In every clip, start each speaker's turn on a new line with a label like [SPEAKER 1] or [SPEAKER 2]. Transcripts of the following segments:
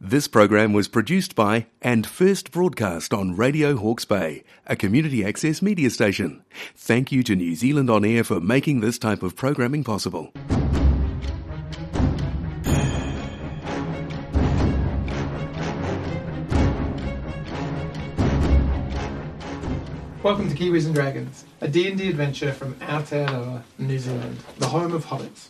[SPEAKER 1] This program was produced by and first broadcast on Radio Hawke's Bay, a community access media station. Thank you to New Zealand On Air for making this type of programming possible.
[SPEAKER 2] Welcome to Kiwis and Dragons, a D&D adventure from Aotearoa, New Zealand, the home of hobbits.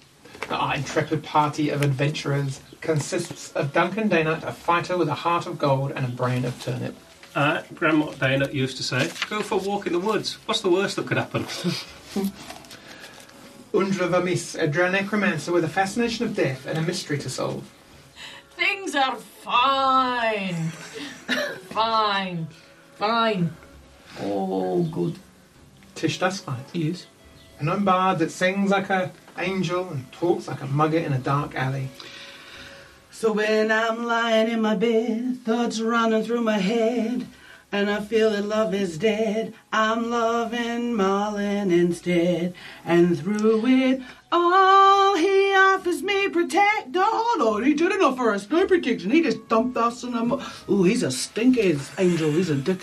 [SPEAKER 2] Our intrepid party of adventurers consists of Duncan Daynut, a fighter with a heart of gold and a brain of turnip.
[SPEAKER 3] Uh, Grandma Dana used to say, go for a walk in the woods. What's the worst that could happen?
[SPEAKER 2] Undra Vamis, a necromancer with a fascination of death and a mystery to solve.
[SPEAKER 4] Things are fine. fine. Fine. All good.
[SPEAKER 2] Tish Dusklight,
[SPEAKER 4] Yes.
[SPEAKER 2] a gnome bard that sings like a angel and talks like a mugger in a dark alley.
[SPEAKER 5] So when I'm lying in my bed, thoughts running through my head, and I feel that love is dead, I'm loving Marlin instead. And through it all, he offers me protect. Oh no, he did enough for us. No protection. He just dumped us in a. Mo- Ooh, he's a stink ass angel. He's a dick.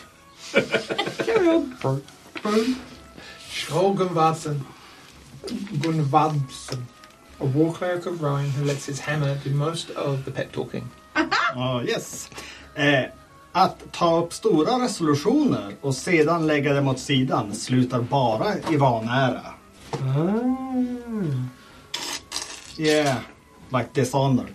[SPEAKER 5] Carry on.
[SPEAKER 2] Troll Gunvarson, Gunvarson, a war cleric of Rowan who lets his hammer do most of the pep talking.
[SPEAKER 6] Ja, yes. Eh, att ta upp stora resolutioner och sedan lägga dem åt sidan slutar bara i vanära. Yeah, like dishonor.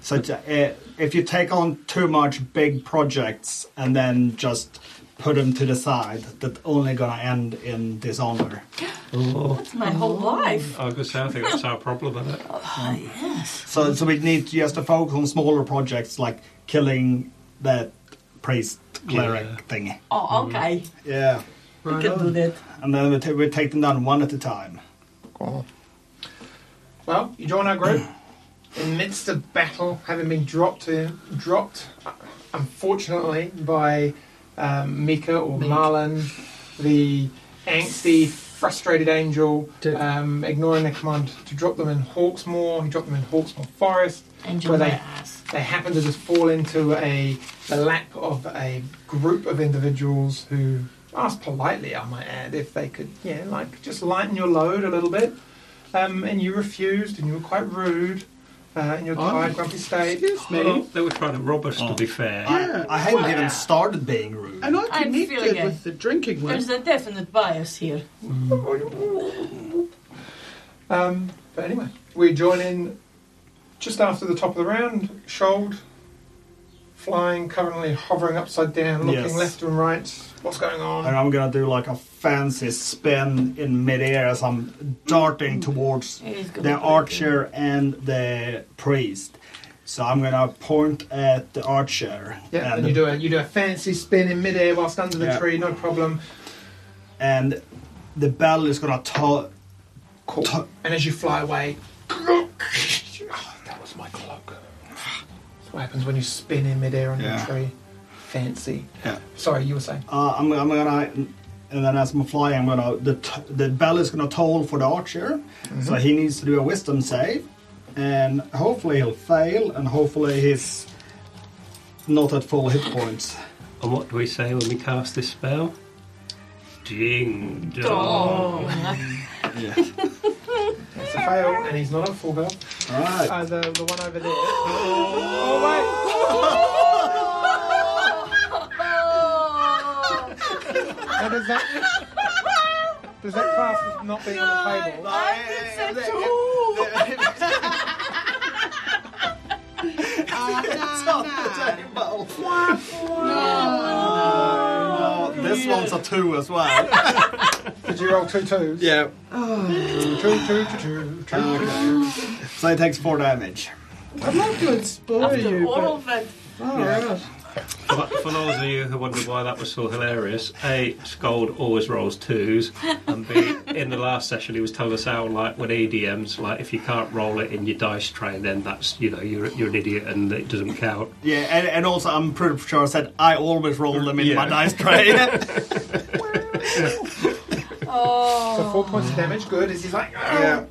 [SPEAKER 6] Such a, eh, if you take on too much big projects and then just put them to the side, that only gonna end in dishonor.
[SPEAKER 4] That's my whole life.
[SPEAKER 3] I was going to say, I think that's our problem, isn't it?
[SPEAKER 6] So, so we need just to focus on smaller projects like killing that priest cleric
[SPEAKER 3] Yeah.
[SPEAKER 6] thing.
[SPEAKER 4] Oh, okay.
[SPEAKER 6] Yeah.
[SPEAKER 4] We can do that.
[SPEAKER 6] And then we, ta- we take them down one at a time.
[SPEAKER 2] Well, you join our group. In the midst of battle, having been dropped, to, dropped uh, unfortunately, by um, Mika or Marlin, the angsty, frustrated angel,
[SPEAKER 5] Dick.
[SPEAKER 2] um, ignoring their command to drop them in Hawksmoor. He dropped them in Hawksmoor Forest.
[SPEAKER 4] Angel
[SPEAKER 2] Were they-
[SPEAKER 4] my ass.
[SPEAKER 2] They happen to just fall into a the lap of a group of individuals who asked politely, I might add, if they could, yeah, like just lighten your load a little bit. Um, and you refused, and you were quite rude uh, in your tired, grumpy state.
[SPEAKER 3] Oh, they were trying to rob us, to be fair.
[SPEAKER 5] Yeah.
[SPEAKER 6] I hadn't
[SPEAKER 4] Wow.
[SPEAKER 6] even started being rude.
[SPEAKER 5] And I
[SPEAKER 4] I'm feeling
[SPEAKER 5] connected
[SPEAKER 4] it.
[SPEAKER 5] with the drinking one.
[SPEAKER 4] There's a definite bias here.
[SPEAKER 2] Um, but anyway, we join in just after the top of the round. Shold, flying, currently hovering upside down, looking
[SPEAKER 6] Yes.
[SPEAKER 2] left and right. What's going on?
[SPEAKER 6] And I'm gonna do like a fancy spin in midair as I'm darting towards
[SPEAKER 4] Mm. It is good.
[SPEAKER 6] the archer and the priest. So I'm gonna point at the archer.
[SPEAKER 2] Yeah,
[SPEAKER 6] and,
[SPEAKER 2] and you do a you do a fancy spin in midair whilst under the
[SPEAKER 6] Yeah.
[SPEAKER 2] tree, no problem.
[SPEAKER 6] and the bell is gonna to-
[SPEAKER 2] Cool.
[SPEAKER 6] to-
[SPEAKER 2] And as you fly away, oh, that was my cloak. That's what happens when you spin in midair on
[SPEAKER 6] Yeah.
[SPEAKER 2] a tree. Fancy.
[SPEAKER 6] Yeah.
[SPEAKER 2] Sorry, you were saying.
[SPEAKER 6] Uh, I'm, I'm gonna, and then as I'm flying, I'm gonna the t- the bell is gonna toll for the archer, so he needs to do a wisdom save, and hopefully he'll fail, and hopefully he's not at full hit points.
[SPEAKER 3] And what do we say when we cast this spell? Ding dong.
[SPEAKER 4] Oh.
[SPEAKER 6] Yeah.
[SPEAKER 2] It's a fail, and he's not at full health.
[SPEAKER 6] All right.
[SPEAKER 2] Uh, the, the one over there. Oh, wait. Now, does that does that class as not being on the table?
[SPEAKER 6] It's on the table. No, This one's a two as well.
[SPEAKER 2] Did you roll two twos?
[SPEAKER 6] yeah.
[SPEAKER 2] Two, two, two, two, two.
[SPEAKER 6] Okay. So he takes four damage.
[SPEAKER 5] I'd like to explore
[SPEAKER 4] After
[SPEAKER 5] you,
[SPEAKER 4] all
[SPEAKER 5] but
[SPEAKER 4] of that.
[SPEAKER 5] Alright.
[SPEAKER 3] For, for those of you who wondered why that was so hilarious, A, Scold always rolls twos, and B, in the last session he was telling us how, like, with ADMs, like, if you can't roll it in your dice tray, then that's, you know, you're, you're an idiot and it doesn't count.
[SPEAKER 6] Yeah, and, and also I'm pretty sure I said I always roll them in my
[SPEAKER 3] Yeah.
[SPEAKER 6] dice tray.
[SPEAKER 4] Oh.
[SPEAKER 2] So four points of damage, good. As he's like, oh,
[SPEAKER 6] Yeah.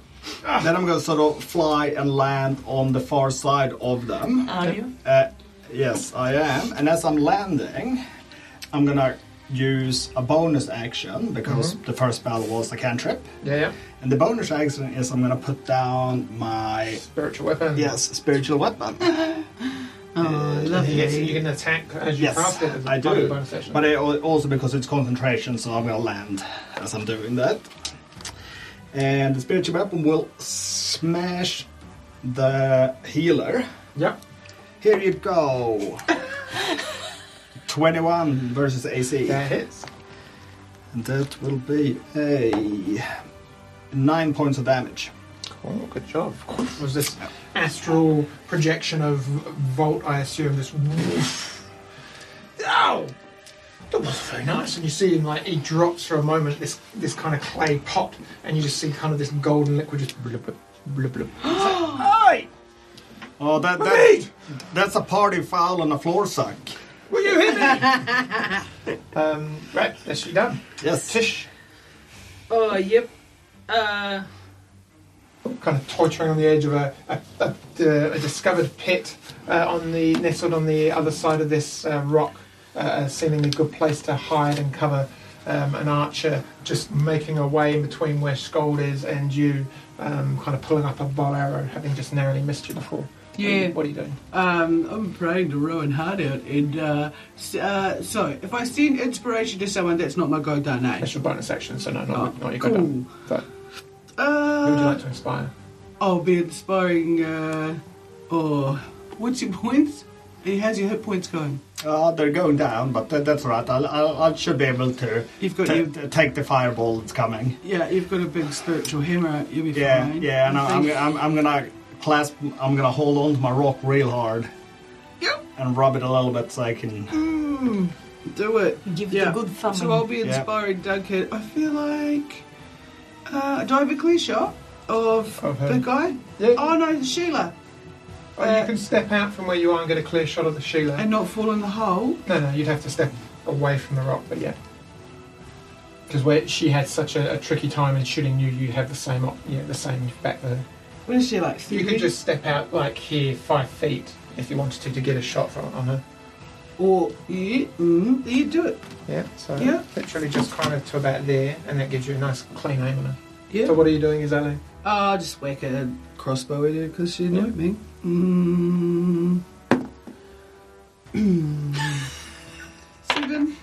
[SPEAKER 6] Then I'm going to sort of fly and land on the far side of them.
[SPEAKER 4] Are you?
[SPEAKER 6] Uh, yes, I am. And as I'm landing, I'm going to use a bonus action because the first spell was a cantrip.
[SPEAKER 2] Yeah, yeah.
[SPEAKER 6] And the bonus action is I'm going to put down my
[SPEAKER 2] Spiritual weapon.
[SPEAKER 6] yes spiritual weapon.
[SPEAKER 7] Oh,
[SPEAKER 2] And you, get,
[SPEAKER 7] lovely.
[SPEAKER 2] you can attack as you
[SPEAKER 6] Yes,
[SPEAKER 2] craft it. As a
[SPEAKER 6] I
[SPEAKER 2] part of the
[SPEAKER 6] do.
[SPEAKER 2] Bonus session.
[SPEAKER 6] But I, al- also because it's concentration, so I'm going to land as I'm doing that. And the spiritual weapon will smash the healer.
[SPEAKER 2] yeah.
[SPEAKER 6] Here you go. 21 versus AC.
[SPEAKER 2] That hits.
[SPEAKER 6] And that will be a 9 points of damage.
[SPEAKER 2] Oh, good job. Was this astral projection of Volt, I assume, this woof. Ow! That was very nice. And you see him like he drops for a moment this this kind of clay pot and you just see kind of this golden liquid just blip blip blip blip. It's like, Hey!
[SPEAKER 6] Oh, that, that
[SPEAKER 2] Wait!
[SPEAKER 6] that's a party foul on a floor sack.
[SPEAKER 2] Will you hit me? um, right, that's you done.
[SPEAKER 6] Yes.
[SPEAKER 2] Tish
[SPEAKER 7] Oh, yep. Uh,
[SPEAKER 2] kind of torturing on the edge of a, a, a, uh, a discovered pit uh, on the nestled on the other side of this uh, rock, uh, a seemingly good place to hide and cover. Um, an archer just making a way in between where Scold is and you, um, kind of pulling up a bow arrow, having just narrowly missed you before. What are
[SPEAKER 7] Yeah.
[SPEAKER 2] you, what are you doing?
[SPEAKER 7] um, I'm trying to ruin hard out. And uh, s- uh, so, if I send inspiration to someone, that's not my go down
[SPEAKER 2] That's
[SPEAKER 7] age.
[SPEAKER 2] your bonus action, so no, not,
[SPEAKER 7] Oh,
[SPEAKER 2] not your
[SPEAKER 7] cool.
[SPEAKER 2] good one. But who would you
[SPEAKER 7] Uh,
[SPEAKER 2] like to inspire?
[SPEAKER 7] I'll be inspiring. Uh, oh, what's your points? Hey, how's your hit points going?
[SPEAKER 6] Uh, they're going down, but that, that's all right. I'll, I'll, I should be able to
[SPEAKER 7] You've got
[SPEAKER 6] ta-
[SPEAKER 7] your-
[SPEAKER 6] ta- take the fireball that's coming.
[SPEAKER 7] Yeah, you've got a big spiritual hammer. out, You'll be
[SPEAKER 6] Yeah,
[SPEAKER 7] fine.
[SPEAKER 6] yeah, and
[SPEAKER 7] I
[SPEAKER 6] I'm,
[SPEAKER 7] think-
[SPEAKER 6] I'm, I'm gonna clasp, I'm gonna hold on to my rock real hard
[SPEAKER 7] Yep.
[SPEAKER 6] and rub it a little bit so I can.
[SPEAKER 7] Mm, do it.
[SPEAKER 4] Give
[SPEAKER 7] yeah.
[SPEAKER 4] it a good thumbing.
[SPEAKER 7] So I'll be
[SPEAKER 6] Yeah.
[SPEAKER 7] inspiring Duncan. I feel like. Uh, do I have a clear shot of
[SPEAKER 2] Of her.
[SPEAKER 7] the guy?
[SPEAKER 2] Yeah.
[SPEAKER 7] Oh no, Sheila. Uh,
[SPEAKER 2] Oh, you can step out from where you are and get a clear shot of the Sheila.
[SPEAKER 7] And not fall in the hole.
[SPEAKER 2] No, no, you'd have to step away from the rock, but yeah. Because where she had such a, a tricky time in shooting you, you'd have the same, op- yeah, the same back there.
[SPEAKER 7] What is she like?
[SPEAKER 2] You could just step out like here, five feet, if you wanted to, to get a shot from on her.
[SPEAKER 7] Or yeah, mm, you do it.
[SPEAKER 2] Yeah. So
[SPEAKER 7] Yeah.
[SPEAKER 2] literally just kind of to about there, and that gives you a nice clean aim on her.
[SPEAKER 7] Yeah.
[SPEAKER 2] So what are you doing, Izali?
[SPEAKER 7] Oh, I'll just whack a crossbow at her because she knew me. Mm. Seven.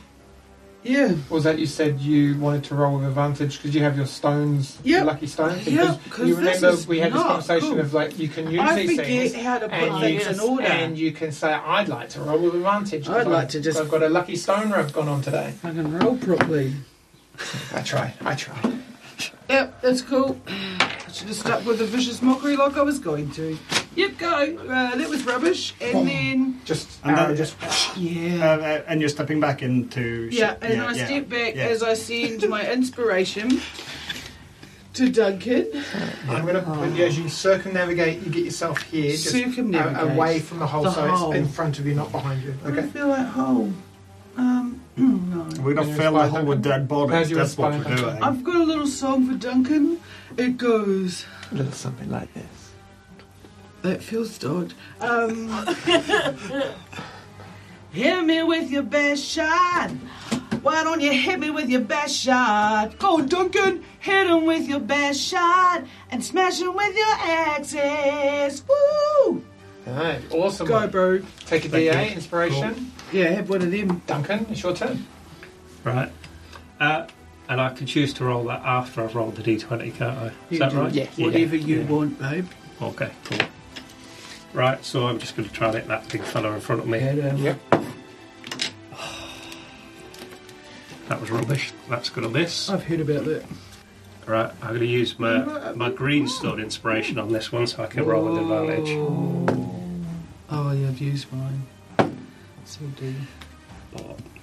[SPEAKER 7] Yeah.
[SPEAKER 2] Was that you said you wanted to roll with advantage because you have your stones,
[SPEAKER 7] Yeah.
[SPEAKER 2] your lucky stone?
[SPEAKER 7] Yeah,
[SPEAKER 2] Because
[SPEAKER 7] 'cause
[SPEAKER 2] you
[SPEAKER 7] this
[SPEAKER 2] remember
[SPEAKER 7] is
[SPEAKER 2] we had this
[SPEAKER 7] not
[SPEAKER 2] conversation
[SPEAKER 7] cool.
[SPEAKER 2] of like you can use
[SPEAKER 7] I
[SPEAKER 2] these
[SPEAKER 7] forget
[SPEAKER 2] things.
[SPEAKER 7] how to
[SPEAKER 2] and
[SPEAKER 7] put things
[SPEAKER 2] you,
[SPEAKER 7] in order.
[SPEAKER 2] and you can say, I'd like to roll with advantage. 'cause
[SPEAKER 7] I'd like
[SPEAKER 2] I've-
[SPEAKER 7] to just-
[SPEAKER 2] I've got a lucky stone I've gone on today.
[SPEAKER 7] I can roll properly.
[SPEAKER 2] I tried. I tried.
[SPEAKER 7] Yep, that's cool. I should have stuck with the vicious mockery like I was going to. Yep, go. Uh, that was rubbish. And then,
[SPEAKER 2] Just
[SPEAKER 6] And
[SPEAKER 2] arrow
[SPEAKER 6] then-
[SPEAKER 2] just
[SPEAKER 6] Uh,
[SPEAKER 7] yeah.
[SPEAKER 6] uh, and you're stepping back into. sh-
[SPEAKER 7] Yeah, and I
[SPEAKER 6] yeah.
[SPEAKER 7] step back
[SPEAKER 6] yeah.
[SPEAKER 7] as I send my inspiration to Duncan.
[SPEAKER 2] I'm gonna
[SPEAKER 7] Oh.
[SPEAKER 2] put you as you circumnavigate. You get yourself here, just
[SPEAKER 7] Circumnavigate.
[SPEAKER 2] a- away from the hole,
[SPEAKER 7] The
[SPEAKER 2] so
[SPEAKER 7] hole.
[SPEAKER 2] it's in front of you, not behind you.
[SPEAKER 7] I
[SPEAKER 2] Okay.
[SPEAKER 7] feel like hole. Um, no.
[SPEAKER 2] Can
[SPEAKER 6] We're gonna
[SPEAKER 2] you
[SPEAKER 6] fill the
[SPEAKER 2] inspire
[SPEAKER 6] hole with
[SPEAKER 2] Duncan?
[SPEAKER 6] dead
[SPEAKER 2] How's
[SPEAKER 6] bodies.
[SPEAKER 2] your
[SPEAKER 6] That's what we're
[SPEAKER 2] inspire
[SPEAKER 6] doing.
[SPEAKER 2] Duncan?
[SPEAKER 7] I've got a little song for Duncan. It goes.
[SPEAKER 2] A little something like this.
[SPEAKER 7] That feels odd. Um, hit me with your best shot. Why don't you hit me with your best shot? Go, Duncan. Hit him with your best shot and smash him with your axes. Woo!
[SPEAKER 2] Alright, awesome.
[SPEAKER 7] Go,
[SPEAKER 2] one.
[SPEAKER 7] bro.
[SPEAKER 2] Take a
[SPEAKER 6] Thank
[SPEAKER 2] DA,
[SPEAKER 6] you.
[SPEAKER 2] inspiration.
[SPEAKER 7] Yeah, have one of them.
[SPEAKER 2] Duncan, it's your turn.
[SPEAKER 3] Right. Uh, and I can choose to roll that after I've rolled the d20, can't I? Is
[SPEAKER 7] You
[SPEAKER 3] that
[SPEAKER 7] do
[SPEAKER 3] right?
[SPEAKER 2] yeah.
[SPEAKER 7] Whatever you
[SPEAKER 3] yeah.
[SPEAKER 7] want, babe.
[SPEAKER 3] Okay, cool. Right, so I'm just going to try and hit that big fella in front of me.
[SPEAKER 2] Yep.
[SPEAKER 3] That was rubbish. That's going to miss.
[SPEAKER 7] I've heard about that.
[SPEAKER 3] Right, I'm going to use my, my green stone inspiration on this one so I can roll with advantage.
[SPEAKER 7] Oh, yeah, I've used mine. So do.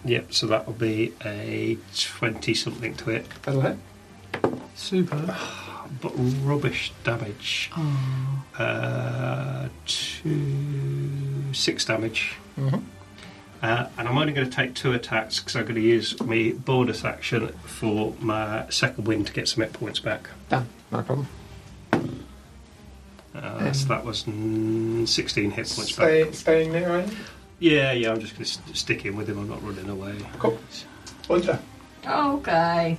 [SPEAKER 3] Yep, so that will be a 20 something to it.
[SPEAKER 2] That'll hit.
[SPEAKER 7] Super.
[SPEAKER 3] But rubbish damage.
[SPEAKER 7] Oh.
[SPEAKER 3] Uh, two, six damage.
[SPEAKER 2] Mhm.
[SPEAKER 3] Uh, and I'm only going to take two attacks because I'm going to use my bonus action for my second win to get some hit points back.
[SPEAKER 2] Done. No problem.
[SPEAKER 3] Yes, Uh, that was mm, 16 hit points
[SPEAKER 2] Stay-
[SPEAKER 3] back.
[SPEAKER 2] staying there, right?
[SPEAKER 3] Yeah, yeah, I'm just going to st- stick in with him. I'm not running away.
[SPEAKER 2] Cool. Hunter.
[SPEAKER 4] Okay.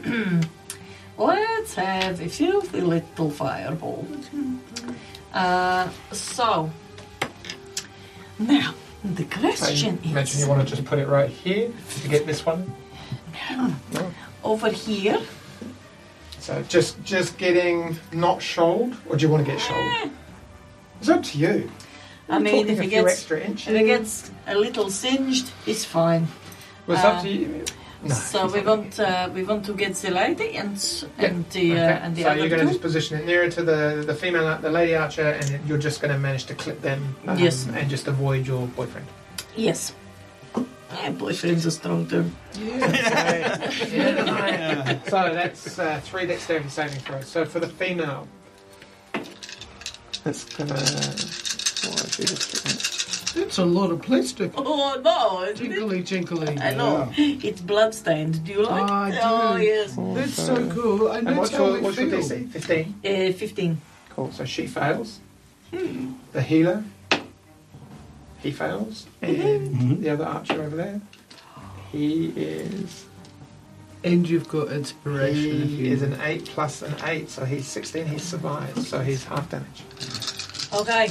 [SPEAKER 4] Let's have a filthy little fireball. Uh, so, now, the question
[SPEAKER 2] you mentioned
[SPEAKER 4] is
[SPEAKER 2] you want to just put it right here to get this one.
[SPEAKER 4] over here.
[SPEAKER 2] So just just getting not shoaled, or do you want to get shoaled? It's up to you.
[SPEAKER 4] Eh. I
[SPEAKER 2] We're
[SPEAKER 4] mean,
[SPEAKER 2] talking
[SPEAKER 4] if
[SPEAKER 2] a
[SPEAKER 4] it
[SPEAKER 2] few
[SPEAKER 4] gets
[SPEAKER 2] extra inches.
[SPEAKER 4] if it gets a little singed, it's fine.
[SPEAKER 2] Well, it's
[SPEAKER 4] uh,
[SPEAKER 2] up to you. No,
[SPEAKER 4] so
[SPEAKER 2] it's
[SPEAKER 4] we
[SPEAKER 2] not.
[SPEAKER 4] want uh, we want to get the lady and s-
[SPEAKER 2] Yeah,
[SPEAKER 4] and the uh,
[SPEAKER 2] okay.
[SPEAKER 4] and the
[SPEAKER 2] so
[SPEAKER 4] other
[SPEAKER 2] you're going to
[SPEAKER 4] two.
[SPEAKER 2] just position it nearer to the the female, ar- the lady archer, and it- you're just going to manage to clip them. um,
[SPEAKER 4] Yes.
[SPEAKER 2] And just avoid your boyfriend.
[SPEAKER 4] Yes. Yeah, boyfriend's a strong term.
[SPEAKER 6] Yeah.
[SPEAKER 2] So that's uh, three dexterity saving throws. So for the female, that's gonna.
[SPEAKER 7] That's a lot of plastic.
[SPEAKER 4] Oh no! it's-
[SPEAKER 7] Jiggly, jiggly.
[SPEAKER 4] I know it's bloodstained. Do you like?
[SPEAKER 7] Ah, I do.
[SPEAKER 4] Oh yes.
[SPEAKER 7] That's so cool. And,
[SPEAKER 2] And
[SPEAKER 7] that's
[SPEAKER 2] what's
[SPEAKER 7] how
[SPEAKER 2] your
[SPEAKER 7] we
[SPEAKER 2] what's your
[SPEAKER 7] feel.
[SPEAKER 2] DC? Fifteen.
[SPEAKER 4] Uh, Fifteen.
[SPEAKER 2] Cool. So she fails. The healer. He fails, and the other archer over there. He is.
[SPEAKER 7] And you've got inspiration. if
[SPEAKER 2] He
[SPEAKER 7] you-
[SPEAKER 2] is an eight plus an eight, so he's sixteen. He survives, so he's half damage.
[SPEAKER 4] Okay.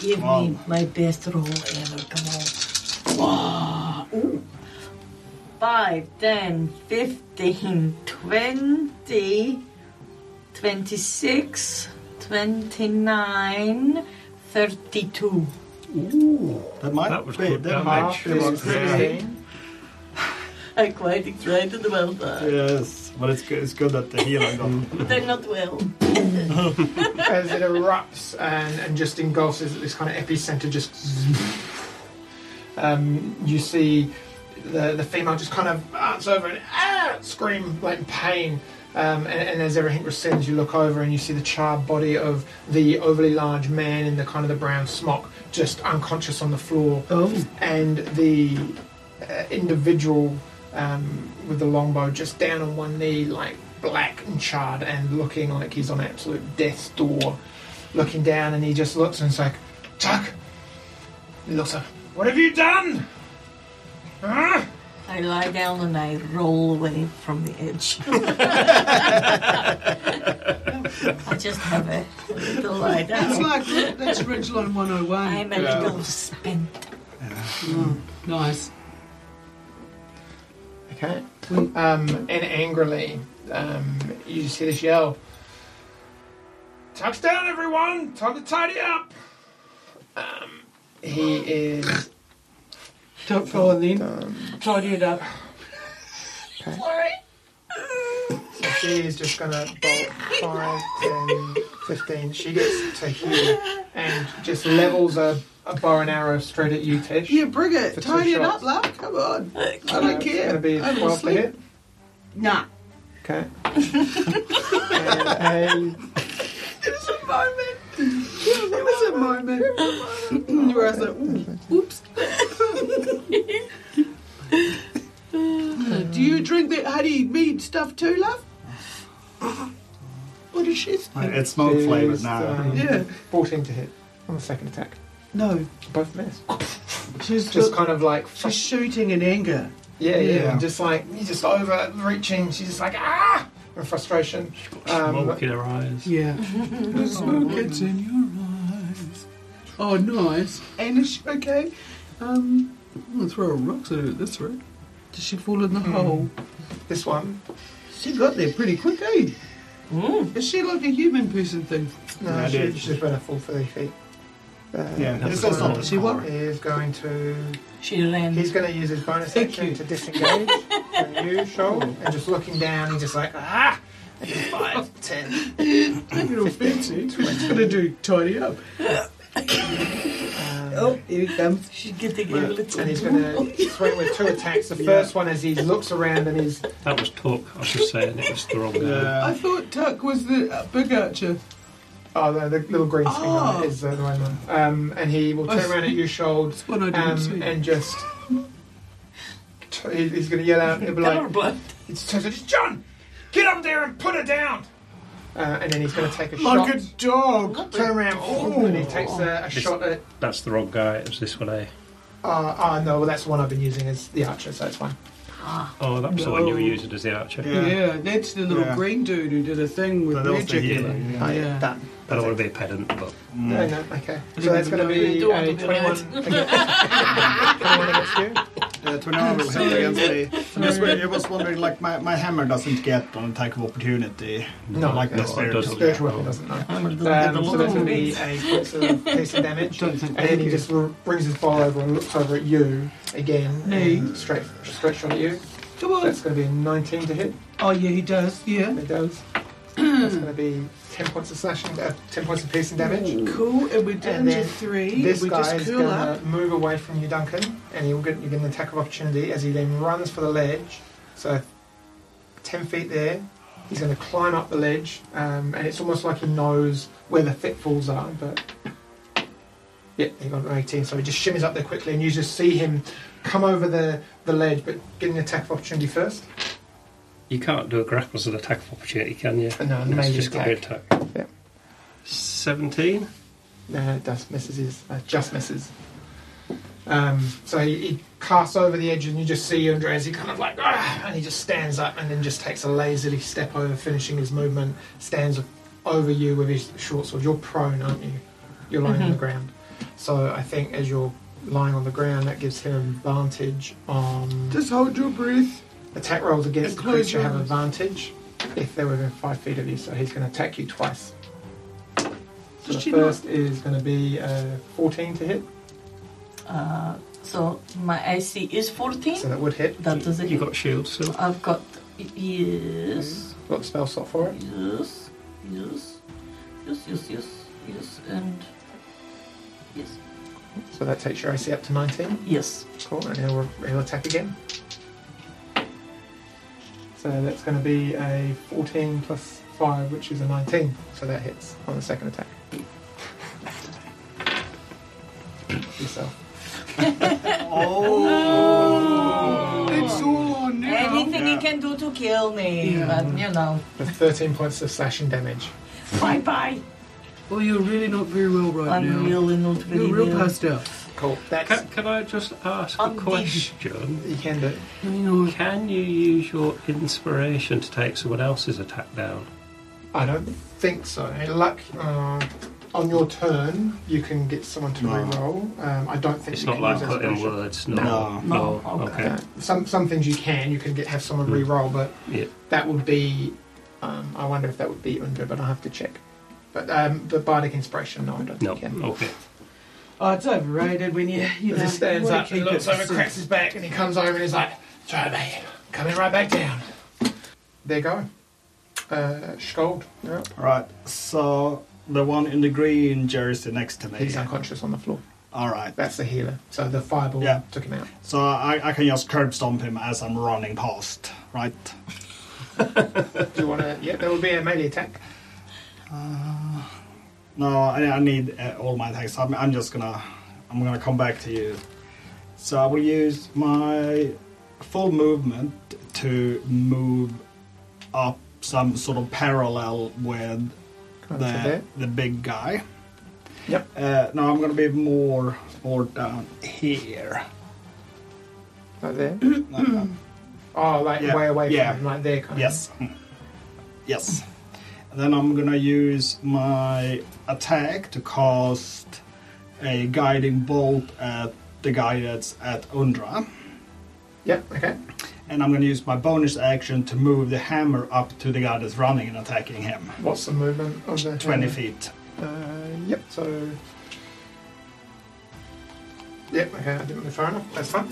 [SPEAKER 4] Give me
[SPEAKER 6] Wow.
[SPEAKER 4] my best roll ever. Come on. Wow. Ooh. 5, 10, 15, 20, 26, 29, 32.
[SPEAKER 6] That might
[SPEAKER 3] That was
[SPEAKER 6] be.
[SPEAKER 3] good
[SPEAKER 6] that
[SPEAKER 3] damage.
[SPEAKER 6] might
[SPEAKER 2] Half
[SPEAKER 6] be
[SPEAKER 2] is
[SPEAKER 6] what's there.
[SPEAKER 2] 16.
[SPEAKER 4] I'm quite excited about that.
[SPEAKER 6] Yes, but it's good, it's good that the healer got
[SPEAKER 4] They're not well.
[SPEAKER 2] as it erupts and, and just engulfs this, this kind of epicenter just um, you see the, the female just kind of arts over and ah, scream like in pain um, and, and as everything rescinds you look over and you see the charred body of the overly large man in the kind of the brown smock just unconscious on the floor
[SPEAKER 7] Oh,
[SPEAKER 2] and the uh, individual um, with the longbow just down on one knee, like black and charred, and looking like he's on absolute death's door, looking down, and he just looks and it's like, Chuck. He looks up. What have you done? Huh?
[SPEAKER 4] I lie down and I roll away from the edge. I just have a little lie
[SPEAKER 7] that's
[SPEAKER 4] down.
[SPEAKER 7] like that's Ridgeline 101.
[SPEAKER 4] I'm a little spent.
[SPEAKER 7] Nice.
[SPEAKER 2] Okay. Um, and angrily, um, you just hear this yell. Touchdown, everyone! Time to tidy up. Um, he is
[SPEAKER 7] Top go on then. Tidy it up.
[SPEAKER 4] Sorry.
[SPEAKER 2] So she is just gonna bolt 5, 10, 15. She gets to here and just levels a, a bow and arrow straight at you, Tish.
[SPEAKER 7] Yeah, bring it.
[SPEAKER 2] For two
[SPEAKER 7] Tidy it
[SPEAKER 2] shots.
[SPEAKER 7] up, love. Come on. I
[SPEAKER 2] Uh,
[SPEAKER 7] don't
[SPEAKER 2] It's
[SPEAKER 7] care.
[SPEAKER 2] gonna be a
[SPEAKER 7] I will
[SPEAKER 2] 12 to
[SPEAKER 7] sleep.
[SPEAKER 2] hit.
[SPEAKER 5] Nah.
[SPEAKER 2] Okay. and a
[SPEAKER 7] It was a moment. It was a moment. Where I was like, ooh, oops. Do you drink that honey mead stuff too, love? What is she say?
[SPEAKER 6] It's smoke flavored
[SPEAKER 2] boost,
[SPEAKER 6] now.
[SPEAKER 3] uh,
[SPEAKER 2] um,
[SPEAKER 7] Yeah.
[SPEAKER 2] 14 to hit on the second attack.
[SPEAKER 7] No,
[SPEAKER 2] Both miss.
[SPEAKER 7] she's
[SPEAKER 2] Just
[SPEAKER 7] just
[SPEAKER 2] kind of like,
[SPEAKER 7] she's shooting in anger.
[SPEAKER 2] yeah, yeah,
[SPEAKER 6] Yeah.
[SPEAKER 2] Just like, you're just overreaching. She's just like, ah! In frustration. Um,
[SPEAKER 3] Smoke in her eyes.
[SPEAKER 7] Yeah. the smoke gets in your eyes. Oh, nice. And is she okay? Um, I'm gonna throw rocks at her at this rate. Does she fall in the hole?
[SPEAKER 2] This one.
[SPEAKER 7] She got there pretty quick, eh?
[SPEAKER 4] Mm,
[SPEAKER 7] Is she like a human person thing?
[SPEAKER 2] No,
[SPEAKER 6] No, I
[SPEAKER 2] she,
[SPEAKER 6] did.
[SPEAKER 2] she's been a full 30 feet. Uh,
[SPEAKER 6] Yeah,
[SPEAKER 3] That's
[SPEAKER 6] this is
[SPEAKER 3] fine.
[SPEAKER 6] not
[SPEAKER 7] She won.
[SPEAKER 2] is going to.
[SPEAKER 4] She ran.
[SPEAKER 2] He's going to use his bonus
[SPEAKER 7] Thank
[SPEAKER 2] action
[SPEAKER 7] you.
[SPEAKER 2] to disengage from you, Shoal, and just looking down, he's just like, ah! And just 5, 10,
[SPEAKER 7] Little fancy. She's gonna do tidy up.
[SPEAKER 2] um,
[SPEAKER 7] Oh, here he comes.
[SPEAKER 4] She's getting a little.
[SPEAKER 2] and he's going to swing with two attacks. The first one as he looks around and he's.
[SPEAKER 3] That was talk. I was just saying it was the wrong name.
[SPEAKER 7] I
[SPEAKER 6] Yeah.
[SPEAKER 7] thought Tuck was the uh, big archer.
[SPEAKER 2] Oh, the, the little green thing on
[SPEAKER 7] Oh.
[SPEAKER 2] it is uh, the right one. Um, and he will turn around at you, Shoal,
[SPEAKER 7] What I didn't
[SPEAKER 2] um,
[SPEAKER 7] see.
[SPEAKER 2] and just. t- he- He's going to yell out, he'll be like,
[SPEAKER 4] Colourblind.
[SPEAKER 2] It's Tessa. It's John. Get up there and put her down. uh, and then he's going to take a
[SPEAKER 6] Like
[SPEAKER 2] shot.
[SPEAKER 6] a dog.
[SPEAKER 2] Turn around, and he takes a, a
[SPEAKER 3] This-
[SPEAKER 2] shot at.
[SPEAKER 3] That's the wrong guy. It was this one, eh?
[SPEAKER 2] Uh, ah, no, well, that's the one I've been using as the archer, so it's fine.
[SPEAKER 3] Oh, that was the one you were
[SPEAKER 7] No.
[SPEAKER 3] using as the archer.
[SPEAKER 6] Yeah.
[SPEAKER 7] Yeah. that's the little
[SPEAKER 6] Yeah.
[SPEAKER 7] green dude who did a thing with
[SPEAKER 6] That was the
[SPEAKER 7] magic. in
[SPEAKER 6] hero,
[SPEAKER 7] it.
[SPEAKER 6] yeah.
[SPEAKER 2] Ah,
[SPEAKER 7] Yeah.
[SPEAKER 2] done.
[SPEAKER 3] I don't want to be a pedant, but
[SPEAKER 2] No, no, okay. So that's going to be
[SPEAKER 7] Don't
[SPEAKER 2] a
[SPEAKER 7] do that.
[SPEAKER 2] 21 against, 21 against you.
[SPEAKER 6] Uh, 21 will hit against me. I'm just wondering- I was wondering, like, my, my hammer doesn't get an attack of opportunity.
[SPEAKER 2] No,
[SPEAKER 6] like the
[SPEAKER 2] no, it
[SPEAKER 6] spiritual.
[SPEAKER 3] doesn't.
[SPEAKER 2] Spiritual weapon doesn't know. Um, so that's going to be a six of taste of damage.
[SPEAKER 7] Don't think
[SPEAKER 2] And then he
[SPEAKER 7] you.
[SPEAKER 2] just r- brings his ball over and looks over at you again.
[SPEAKER 7] Me.
[SPEAKER 2] and Straight, straight shot at you.
[SPEAKER 7] Come on.
[SPEAKER 2] That's going to be a 19 to hit.
[SPEAKER 7] Oh yeah, he does. Yeah.
[SPEAKER 2] It does. That's going to be 10 points of slashing, uh, 10 points of piercing damage.
[SPEAKER 7] Cool. And we're down
[SPEAKER 2] And
[SPEAKER 7] to
[SPEAKER 2] then
[SPEAKER 7] three.
[SPEAKER 2] This
[SPEAKER 7] we
[SPEAKER 2] guy
[SPEAKER 7] just
[SPEAKER 2] is
[SPEAKER 7] cool
[SPEAKER 2] going
[SPEAKER 7] up.
[SPEAKER 2] to move away from you, Duncan, and you'll get, you get an attack of opportunity as he then runs for the ledge. So, 10 feet there, he's going to climb up the ledge, um, and it's almost like he knows where the pitfalls are, but. Yeah, he got an 18, so he just shimmies up there quickly, and you just see him come over the, the ledge, but get an attack of opportunity first.
[SPEAKER 3] you can't do a grapple as an attack of opportunity, can you?
[SPEAKER 2] No,
[SPEAKER 3] It's
[SPEAKER 2] melee
[SPEAKER 3] just gotta be attack.
[SPEAKER 2] Yeah.
[SPEAKER 3] Seventeen.
[SPEAKER 2] No, it just misses his. Uh, just misses. Um, so he, he casts over the edge, and you just see Andreas. He kind of like, "Ah," and he just stands up, and then just takes a lazily step over, finishing his movement. Stands over you with his short sword. You're prone, aren't you? You're lying on the ground. So I think as you're lying on the ground, that gives him advantage on
[SPEAKER 7] Just hold your breath.
[SPEAKER 2] attack rolls against the
[SPEAKER 7] Include
[SPEAKER 2] creature. Have
[SPEAKER 7] yours.
[SPEAKER 2] advantage if they're within five feet of you. So he's going to attack you twice. So
[SPEAKER 7] Does
[SPEAKER 2] the
[SPEAKER 7] she not-
[SPEAKER 2] first is going to be uh, 14 to hit,
[SPEAKER 4] Uh, so my AC is 14.
[SPEAKER 2] so that would hit.
[SPEAKER 4] That does it.
[SPEAKER 3] You got shield still.
[SPEAKER 4] I've got. Yes.
[SPEAKER 2] Got the spell slot for it.
[SPEAKER 4] Yes. Yes. Yes, yes, yes. Yes, and. Yes.
[SPEAKER 2] So that takes your AC up to 19.
[SPEAKER 4] Yes.
[SPEAKER 2] Cool, and he'll, he'll attack again. So that's going to be a 14 plus 5, which is a 19. So that hits on the second attack. Yourself.
[SPEAKER 7] It's all on now.
[SPEAKER 4] Anything he can do to kill me, but you know.
[SPEAKER 2] With 13 points of slashing damage.
[SPEAKER 4] Bye bye.
[SPEAKER 7] Well, you're really not very well right
[SPEAKER 4] I'm
[SPEAKER 7] now.
[SPEAKER 4] really not very
[SPEAKER 7] You're real
[SPEAKER 4] well.
[SPEAKER 7] passed out.
[SPEAKER 2] Cool. That's.
[SPEAKER 3] Can, can I just ask a
[SPEAKER 4] Um,
[SPEAKER 3] question?
[SPEAKER 2] You can do it.
[SPEAKER 7] You know,
[SPEAKER 3] Can you use your inspiration to take someone else's attack down?
[SPEAKER 2] I don't think so. Hey, Luck, uh, on your turn, you can get someone to
[SPEAKER 6] No.
[SPEAKER 2] reroll. Um, I don't think
[SPEAKER 3] It's
[SPEAKER 2] you
[SPEAKER 3] not
[SPEAKER 2] can
[SPEAKER 3] like
[SPEAKER 2] use
[SPEAKER 3] put in
[SPEAKER 2] inspiration.
[SPEAKER 3] words. No.
[SPEAKER 6] No.
[SPEAKER 4] No,
[SPEAKER 3] Oh,
[SPEAKER 4] okay.
[SPEAKER 3] okay.
[SPEAKER 2] Uh, Some some things you can. You can get have someone
[SPEAKER 3] Hmm.
[SPEAKER 2] re-roll, but
[SPEAKER 3] Yeah.
[SPEAKER 2] that would be. Um, I wonder if that would be under, but I will have to check. But um, the bardic inspiration, no, I don't
[SPEAKER 3] No.
[SPEAKER 2] think you can.
[SPEAKER 3] Okay.
[SPEAKER 5] Oh, it's overrated when you, you
[SPEAKER 2] As
[SPEAKER 5] know.
[SPEAKER 2] he stands
[SPEAKER 5] wanna
[SPEAKER 2] up, he
[SPEAKER 5] keep
[SPEAKER 2] looks
[SPEAKER 5] it
[SPEAKER 2] over, cracks his back, and he comes over and he's like, "Sorry, mate, coming right back down." There you go. Uh, Scold. Yeah.
[SPEAKER 6] Right, so the one in the green jersey next to me.
[SPEAKER 2] He's unconscious on the floor.
[SPEAKER 6] All right.
[SPEAKER 2] That's the healer. So the fireball
[SPEAKER 6] Yeah.
[SPEAKER 2] took him out.
[SPEAKER 6] So I, I can just curb stomp him as I'm running past, right?
[SPEAKER 2] Do you want to? Yeah, there will be a melee attack.
[SPEAKER 6] No, I, I need uh, all my attacks. I'm, I'm just gonna, I'm gonna come back to you. So I will use my full movement to move up some sort of parallel with
[SPEAKER 2] Can I say
[SPEAKER 6] the,
[SPEAKER 2] that?
[SPEAKER 6] the big guy.
[SPEAKER 2] Yep.
[SPEAKER 6] Uh, no, I'm gonna be more, more down here.
[SPEAKER 2] Like there.
[SPEAKER 6] Like that.
[SPEAKER 2] Oh, like
[SPEAKER 6] Yeah.
[SPEAKER 2] way away
[SPEAKER 6] Yeah.
[SPEAKER 2] from him, like there. Kind
[SPEAKER 6] Yes. Yes. And then I'm gonna use my attack to cast a guiding bolt at the guy that's at Undra.
[SPEAKER 2] Of. Yep. Okay.
[SPEAKER 6] And I'm gonna use my bonus action to move the hammer up to the guy that's running and attacking him.
[SPEAKER 2] What's the movement of the?
[SPEAKER 6] 20 feet.
[SPEAKER 2] Uh, yep. So. Yep. Okay. I didn't move far enough. That's fine.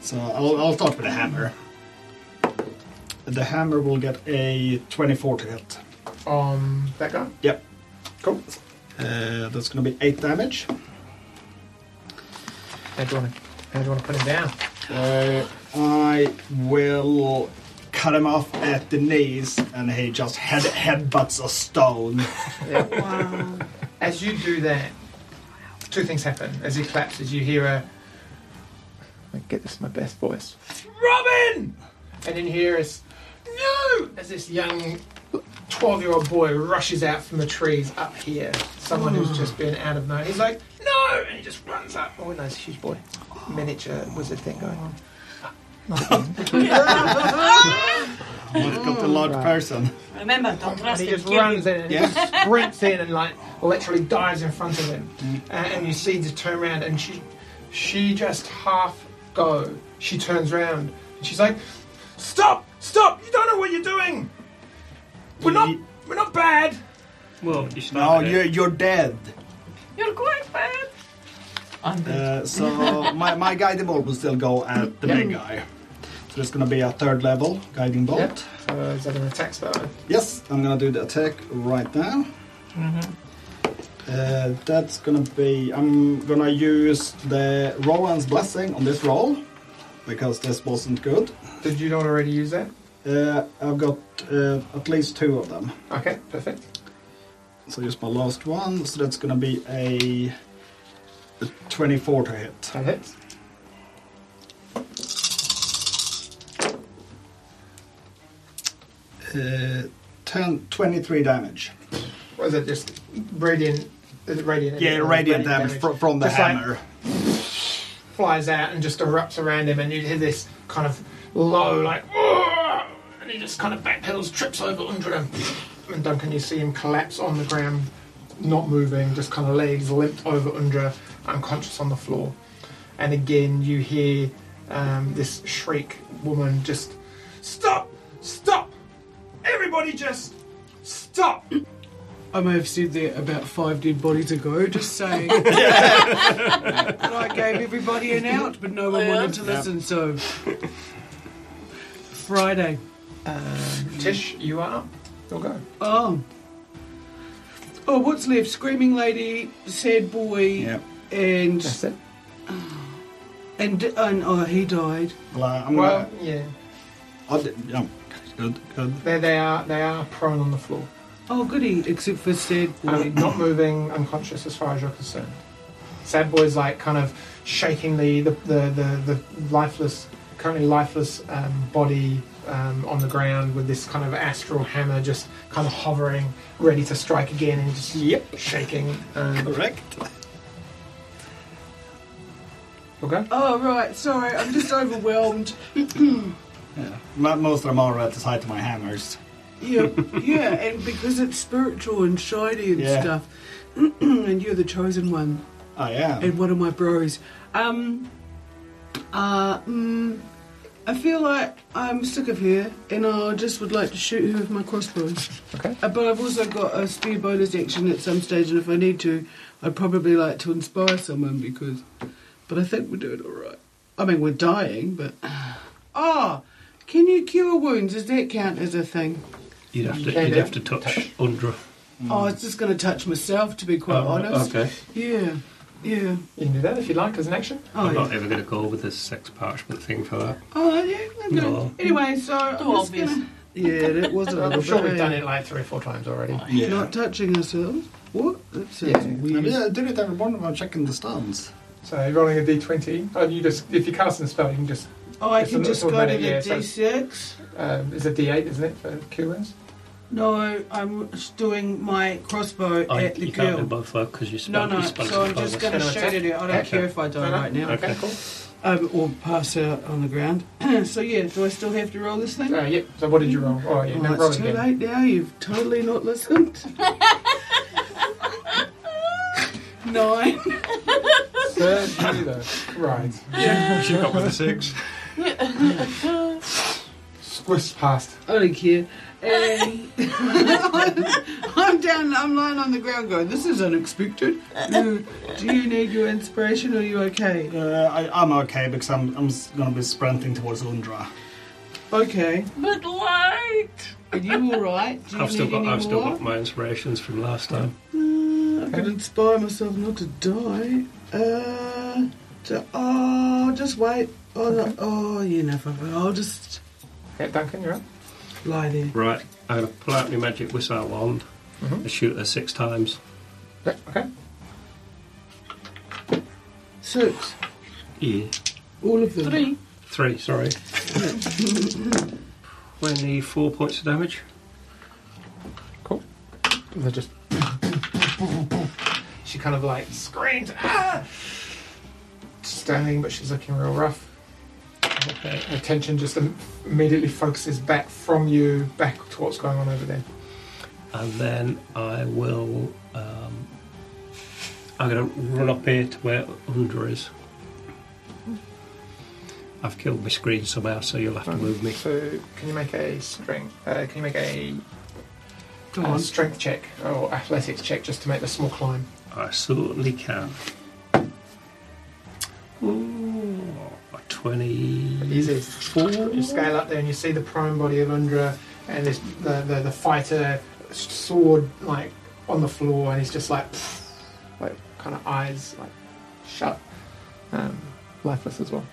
[SPEAKER 6] So I'll, I'll start with the hammer. The hammer will get a 24 to hit.
[SPEAKER 2] Um, that guy.
[SPEAKER 6] Yep.
[SPEAKER 2] Cool.
[SPEAKER 6] Uh, that's gonna be 8 damage.
[SPEAKER 2] How do you want to? How do you want to put him down?
[SPEAKER 6] Uh, I will cut him off at the knees, and he just head headbutts a stone.
[SPEAKER 5] Wow.
[SPEAKER 2] As you do that, two things happen. As he collapses, you hear a. I get this in my best voice. Robin! And then you hear us. No! As this young 12 year old boy rushes out from the trees up here. Someone who's just been out of nowhere. He's like, no! And he just runs up. Oh, no, it's a huge boy. Miniature wizard thing going on.
[SPEAKER 6] Look up the large person.
[SPEAKER 4] Remember, don't
[SPEAKER 2] And
[SPEAKER 4] trust
[SPEAKER 2] he
[SPEAKER 4] it.
[SPEAKER 2] just
[SPEAKER 4] Kill
[SPEAKER 2] runs
[SPEAKER 4] you.
[SPEAKER 2] in and he just sprints in and like literally dives in front of him.
[SPEAKER 6] Mm.
[SPEAKER 2] Uh, and you see the turn around and she she just half go. She turns around and she's like, Stop! Stop! You don't know what you're doing! We're not we're not bad!
[SPEAKER 3] Well, you
[SPEAKER 6] No,
[SPEAKER 3] started
[SPEAKER 6] Oh, you're,
[SPEAKER 3] it.
[SPEAKER 6] you're dead.
[SPEAKER 4] You're quite bad. I'm bad.
[SPEAKER 6] Uh, so my, my guiding bolt will still go at the big guy. So there's gonna be a third level guiding bolt.
[SPEAKER 2] Yep. Uh, is that an attack spell?
[SPEAKER 6] Yes, I'm gonna do the attack right now.
[SPEAKER 2] Mm-hmm.
[SPEAKER 6] Uh, that's gonna be. I'm gonna use the Rowan's blessing on this roll because this wasn't good.
[SPEAKER 2] Did you not already use that?
[SPEAKER 6] Uh, I've got uh, at least two of them.
[SPEAKER 2] Okay, perfect.
[SPEAKER 6] So just my last one. So that's gonna be a, a 24 to hit.
[SPEAKER 2] That hits.
[SPEAKER 6] Uh, 10, 23 damage.
[SPEAKER 2] What is it just radiant is it radiant?
[SPEAKER 6] Yeah, Uh, radiant damage, fro- from the
[SPEAKER 2] Just like-
[SPEAKER 6] hammer.
[SPEAKER 2] flies out and just erupts around him, and you hear this kind of low, like, "Whoa!" and he just kind of backpedals, trips over under him. And Duncan, you see him collapse on the ground, not moving, just kind of legs limped over under, unconscious on the floor. And again, you hear um, this shriek woman just, Stop! Stop! Everybody just stop!
[SPEAKER 7] I may have said that about five dead bodies ago, just saying. But I gave everybody an out, but no one wanted to listen, so. Friday.
[SPEAKER 2] Tish, you are up. You'll go.
[SPEAKER 7] Oh. Oh, what's left? Screaming Lady, Sad Boy,
[SPEAKER 6] Yep.
[SPEAKER 7] and.
[SPEAKER 2] That's it.
[SPEAKER 7] And, and. Oh, he died.
[SPEAKER 6] Well, uh, I'm
[SPEAKER 2] Well,
[SPEAKER 6] gonna.
[SPEAKER 2] yeah.
[SPEAKER 6] I'll do- yeah, good, good.
[SPEAKER 2] There they are. They are prone on the floor.
[SPEAKER 7] Oh, goody, except for Sad Boy.
[SPEAKER 2] Um, not moving, unconscious as far as you're concerned. Sad Boy's like kind of shaking the the, the, the, the lifeless, currently lifeless um, body um, on the ground with this kind of astral hammer just kind of hovering, ready to strike again and just yep, shaking. Um,
[SPEAKER 6] Correct.
[SPEAKER 2] okay.
[SPEAKER 7] Oh, right, sorry, I'm just overwhelmed.
[SPEAKER 6] Yeah. Mo- Most of them are at the height of my hammers.
[SPEAKER 7] Yeah, yeah, and because it's spiritual and shiny and
[SPEAKER 6] Yeah.
[SPEAKER 7] stuff, and you're the chosen one,
[SPEAKER 6] I am.
[SPEAKER 7] and one of my bros. Um, uh, mm, I feel like I'm sick of her, and I just would like to shoot her with my crossbow.
[SPEAKER 2] Okay.
[SPEAKER 7] Uh, but I've also got a spare bonus action at some stage, and if I need to, I'd probably like to inspire someone because. But I think we're doing all right. I mean, we're dying, but. Ah, can you cure wounds? Does that count as a thing?
[SPEAKER 3] You'd have to,
[SPEAKER 2] Okay,
[SPEAKER 3] you'd
[SPEAKER 2] then.
[SPEAKER 3] have to touch Undra.
[SPEAKER 7] Oh, I was just going to touch myself, to be quite
[SPEAKER 3] Hmm. Oh,
[SPEAKER 7] honest.
[SPEAKER 3] Okay.
[SPEAKER 7] Yeah, yeah.
[SPEAKER 2] You can do that if you'd like as an action.
[SPEAKER 7] Oh,
[SPEAKER 3] I'm not
[SPEAKER 7] yeah.
[SPEAKER 3] ever going to go with this sex parchment thing for that.
[SPEAKER 7] Oh, yeah. I'm good.
[SPEAKER 3] No.
[SPEAKER 7] Anyway, so I'm
[SPEAKER 4] Too
[SPEAKER 7] just
[SPEAKER 4] obvious.
[SPEAKER 7] gonna- Yeah, that was a
[SPEAKER 2] Uh, I'm
[SPEAKER 7] little
[SPEAKER 2] sure
[SPEAKER 7] bit,
[SPEAKER 2] we've done
[SPEAKER 7] eh?
[SPEAKER 2] it like three or four times already.
[SPEAKER 6] yeah. uh,
[SPEAKER 7] Not touching ourselves. What? That sounds
[SPEAKER 2] Yeah.
[SPEAKER 6] I
[SPEAKER 7] weird.
[SPEAKER 6] mean, I did it every morning when I'm checking the stance.
[SPEAKER 2] So rolling a d20. Oh, you just if you cast a spell, you can just
[SPEAKER 7] Oh, I
[SPEAKER 2] It's
[SPEAKER 7] can
[SPEAKER 2] a- it's
[SPEAKER 7] just go to
[SPEAKER 2] automatic,
[SPEAKER 7] the
[SPEAKER 2] yeah, so-
[SPEAKER 7] D6.
[SPEAKER 2] um, is a d8, isn't it, for Q wins?
[SPEAKER 7] No, I'm just doing my crossbow
[SPEAKER 3] I,
[SPEAKER 7] at the
[SPEAKER 3] you can't do
[SPEAKER 7] girl.
[SPEAKER 3] both though because you spell.
[SPEAKER 7] No, no,
[SPEAKER 3] you spell
[SPEAKER 7] so I'm just going to
[SPEAKER 2] Can I
[SPEAKER 7] shoot
[SPEAKER 2] attack?
[SPEAKER 7] at her. I don't
[SPEAKER 2] Okay.
[SPEAKER 7] care if I die
[SPEAKER 2] No, no.
[SPEAKER 7] Uh, right now.
[SPEAKER 2] Okay,
[SPEAKER 3] Okay.
[SPEAKER 2] cool.
[SPEAKER 7] Um, or pass out on the ground. so, yeah, do I still have to roll this thing?
[SPEAKER 2] Uh, yep. So what did you roll? Oh, yeah.
[SPEAKER 7] Oh,
[SPEAKER 2] no, roll
[SPEAKER 7] it's too
[SPEAKER 2] again.
[SPEAKER 7] late now. You've totally not listened. Nine.
[SPEAKER 2] Thirty, though. Right.
[SPEAKER 3] She got with a six.
[SPEAKER 2] Squish past.
[SPEAKER 7] I don't care. And I'm down. I'm lying on the ground, going, "This is unexpected." Uh, Do you need your inspiration? Or are you okay?
[SPEAKER 6] Uh, I, I'm okay because I'm, I'm s- gonna be sprinting towards Undra.
[SPEAKER 7] Okay.
[SPEAKER 4] But wait.
[SPEAKER 7] Are you all right? Do you
[SPEAKER 3] I've still
[SPEAKER 7] need
[SPEAKER 3] got.
[SPEAKER 7] any
[SPEAKER 3] I've still
[SPEAKER 7] more?
[SPEAKER 3] got my inspirations from last time.
[SPEAKER 7] Uh, I could inspire myself not to die. Uh, to, oh, just wait. Oh, no, oh, you never. I'll just
[SPEAKER 2] Yeah, Duncan, you're up.
[SPEAKER 7] lie there.
[SPEAKER 3] Right. I'm going to pull out my magic whistle wand and shoot her six times.
[SPEAKER 2] Yeah, okay.
[SPEAKER 7] Six.
[SPEAKER 3] Yeah.
[SPEAKER 7] All of them.
[SPEAKER 4] Three.
[SPEAKER 3] Three. Sorry. Twenty-four points of damage.
[SPEAKER 2] and they're just. She kind of like screams, ah! Standing, but she's looking real rough.
[SPEAKER 3] Okay.
[SPEAKER 2] Her attention just im- immediately focuses back from you, back to what's going on over there.
[SPEAKER 3] and then I will. Um, I'm going to run up here to where Undra is. I've killed my screen somehow, so you'll have to move me.
[SPEAKER 2] So, can you make a strength? Uh, can you make a
[SPEAKER 7] Go
[SPEAKER 2] uh,
[SPEAKER 7] on.
[SPEAKER 2] strength check or athletics check just to make the small climb?
[SPEAKER 3] I certainly can. Ooh, a 20.
[SPEAKER 2] Easy. You scale up there and you see the prone body of Undra and this, the, the the fighter sword like on the floor and he's just like like kind of eyes like shut, um, lifeless as well.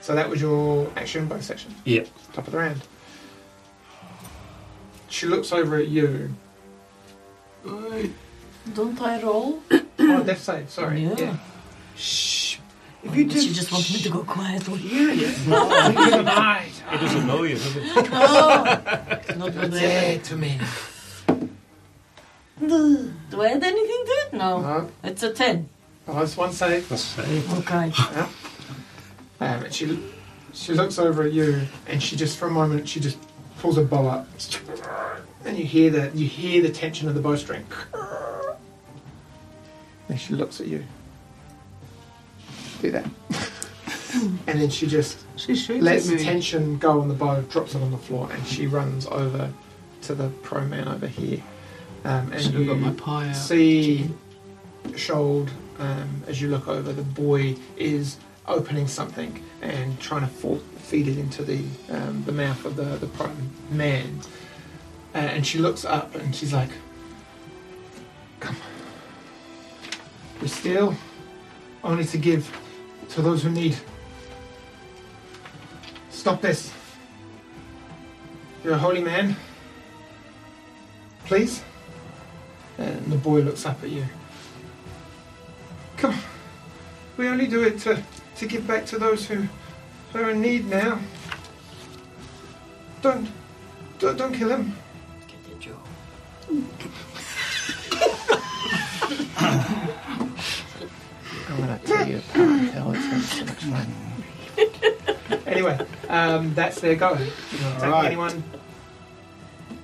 [SPEAKER 2] So that was your action both sections.
[SPEAKER 3] Yep.
[SPEAKER 2] Top of the round. She looks over at you.
[SPEAKER 4] Don't I roll?
[SPEAKER 2] oh, death save. Sorry.
[SPEAKER 4] Yeah.
[SPEAKER 7] Shh. If you do,
[SPEAKER 4] She just wants me to go quietly.
[SPEAKER 7] Yeah, yeah.
[SPEAKER 2] Tonight,
[SPEAKER 3] It doesn't know you, does it?
[SPEAKER 4] Oh, not with it.
[SPEAKER 2] to me.
[SPEAKER 4] Do I add anything to it? No.
[SPEAKER 2] No,
[SPEAKER 4] It's a 10.
[SPEAKER 2] oh, that's one save.
[SPEAKER 3] Let's see.
[SPEAKER 4] Okay.
[SPEAKER 2] Um, and she she looks over at you, and she just for a moment she just pulls her bow up, and you hear the you hear the tension of the bowstring. And she looks at you. Do that, and then she just
[SPEAKER 7] She shoots
[SPEAKER 2] lets
[SPEAKER 7] at
[SPEAKER 2] the
[SPEAKER 7] me.
[SPEAKER 2] tension go on the bow, drops it on the floor, and she runs over to the pro man over here. Um, and
[SPEAKER 7] Should have
[SPEAKER 2] you,
[SPEAKER 7] got my pie out.
[SPEAKER 2] see Shold um, as you look over the boy is opening something and trying to for- feed it into the um, the mouth of the the prone man uh, and she looks up and she's like come we steal only to give to those who need stop this you're a holy man please and the boy looks up at you Come on. We only do it to, to give back to those who who are in need now. Don't don't, don't kill him.
[SPEAKER 4] Get it, Joe.
[SPEAKER 2] I'm gonna tell you Anyway, um, that's their go. Take
[SPEAKER 6] Alright.
[SPEAKER 2] anyone.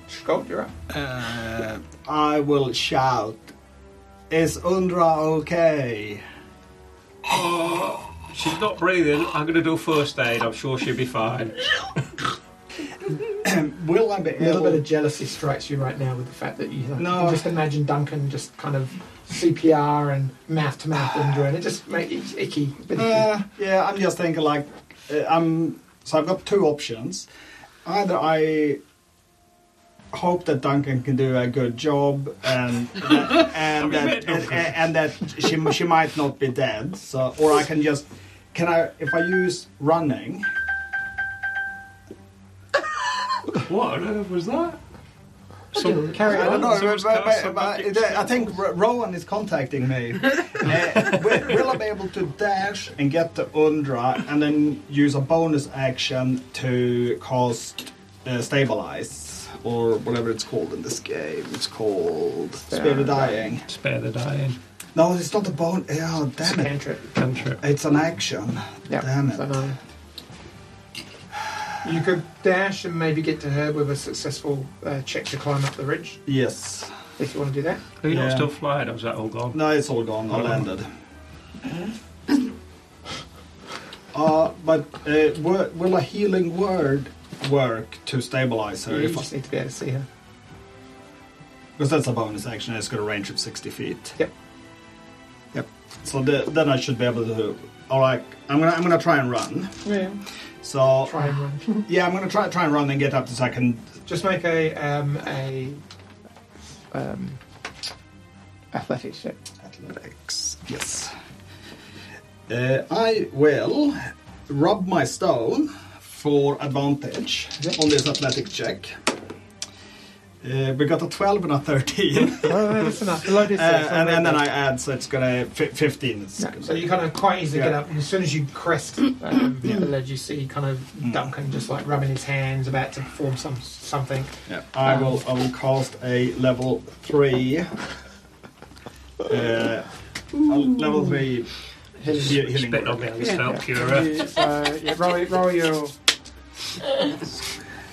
[SPEAKER 2] Sculpt, you're up.
[SPEAKER 6] Uh, I will shout. Is Undra okay?
[SPEAKER 3] She's not breathing. I'm going to do first aid. I'm sure she'll be fine.
[SPEAKER 6] Will I be
[SPEAKER 2] A little
[SPEAKER 6] able?
[SPEAKER 2] bit of jealousy strikes you right now with the fact that you, like,
[SPEAKER 6] No.
[SPEAKER 2] you just imagine Duncan just kind of CPR and mouth to mouth injury, and it just makes it's icky. a bit icky.
[SPEAKER 6] Uh, yeah, I'm just thinking like uh, I'm. So I've got two options. Either I hope that Duncan can do a good job, and that, and,
[SPEAKER 3] I mean,
[SPEAKER 6] that,
[SPEAKER 3] no,
[SPEAKER 6] and, and that she she might not be dead. So or I can just can I if I use running.
[SPEAKER 3] What on earth was that?
[SPEAKER 2] Some- Carry on.
[SPEAKER 6] I don't know.
[SPEAKER 3] Someone's
[SPEAKER 6] but-
[SPEAKER 3] cast
[SPEAKER 6] but-
[SPEAKER 3] a
[SPEAKER 6] but-
[SPEAKER 3] magic
[SPEAKER 6] I think R- Rowan is contacting me. uh, will, will I be able to dash and get the Undra and then use a bonus action to cast uh, Stabilize or whatever it's called in this game? It's called Spare the Dying.
[SPEAKER 3] Spare the dying.
[SPEAKER 6] No, it's not a bone. Oh, damn it.
[SPEAKER 2] Cantrip.
[SPEAKER 3] Cantrip.
[SPEAKER 6] It's an action.
[SPEAKER 2] Yeah,
[SPEAKER 6] Damn
[SPEAKER 2] so
[SPEAKER 6] it.
[SPEAKER 2] no. You could dash and maybe get to her with a successful uh, check to climb up the ridge,
[SPEAKER 6] Yes.
[SPEAKER 2] if you want to do that.
[SPEAKER 3] Are you
[SPEAKER 6] Yeah.
[SPEAKER 3] not still flying? Or was "Oh, that all gone?
[SPEAKER 6] No, it's all gone. I
[SPEAKER 3] Oh.
[SPEAKER 6] landed. Uh, but uh, wo- will a healing word work to stabilize her?
[SPEAKER 2] you
[SPEAKER 6] If
[SPEAKER 2] just need to be able to see her.
[SPEAKER 6] because that's a bonus action. It's got a range of sixty feet.
[SPEAKER 2] Yep.
[SPEAKER 6] Yep. So the, then I should be able to. All right. I'm gonna I'm gonna try and run.
[SPEAKER 2] Yeah.
[SPEAKER 6] So
[SPEAKER 2] Try and run.
[SPEAKER 6] yeah, I'm gonna try try and run and get up so I can.
[SPEAKER 2] just make a um, a um, athletics check.
[SPEAKER 6] Athletics. Yes. Uh, I will rub my stone for advantage
[SPEAKER 2] Yep.
[SPEAKER 6] on this athletic check. Uh, we got a 12 and a 13.
[SPEAKER 2] Oh, no, that's enough. The load is
[SPEAKER 6] Uh,
[SPEAKER 2] safe.
[SPEAKER 6] and, and then I add, so it's gonna fi 15. It's
[SPEAKER 2] No,
[SPEAKER 6] gonna-
[SPEAKER 2] so you kind of quite easily
[SPEAKER 6] Yeah.
[SPEAKER 2] get up, and as soon as you crest um, the ledge, you see kind of
[SPEAKER 6] Mm.
[SPEAKER 2] Duncan just like rubbing his hands, about to perform some something.
[SPEAKER 6] Yeah, I will. I will cast a level three. Uh, a level three. he- healing
[SPEAKER 3] Spit on
[SPEAKER 6] word.
[SPEAKER 3] me, I just
[SPEAKER 2] Yeah.
[SPEAKER 3] felt purer.
[SPEAKER 2] So uh, yeah, roll, roll your.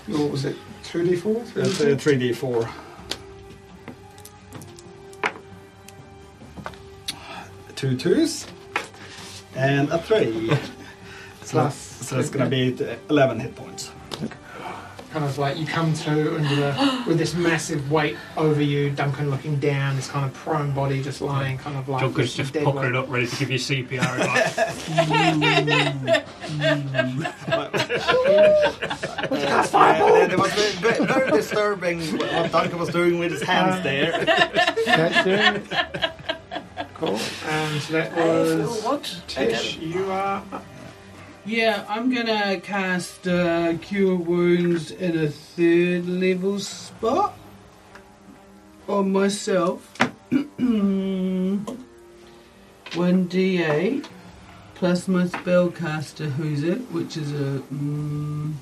[SPEAKER 2] Your was it two d four?
[SPEAKER 6] That's a three d four. Two twos and a three. So that's, so that's gonna be uh, eleven hit points.
[SPEAKER 2] kind of like you come to and with, a, with this massive weight over you, Duncan looking down, this kind of prone body just lying, kind of like
[SPEAKER 3] Duncan's just
[SPEAKER 2] dead
[SPEAKER 3] puckering
[SPEAKER 2] weight.
[SPEAKER 3] up, ready to give you CPR. Like,
[SPEAKER 6] Uh, it was ve- ve- very disturbing what Duncan was doing with his hands there.
[SPEAKER 2] That's it. Cool. Um, so that was Tish. You are up.
[SPEAKER 7] Yeah, I'm gonna cast uh, Cure Wounds in a third level spot on myself. 1d8 plus my spellcaster, who's it, which is a. Mm,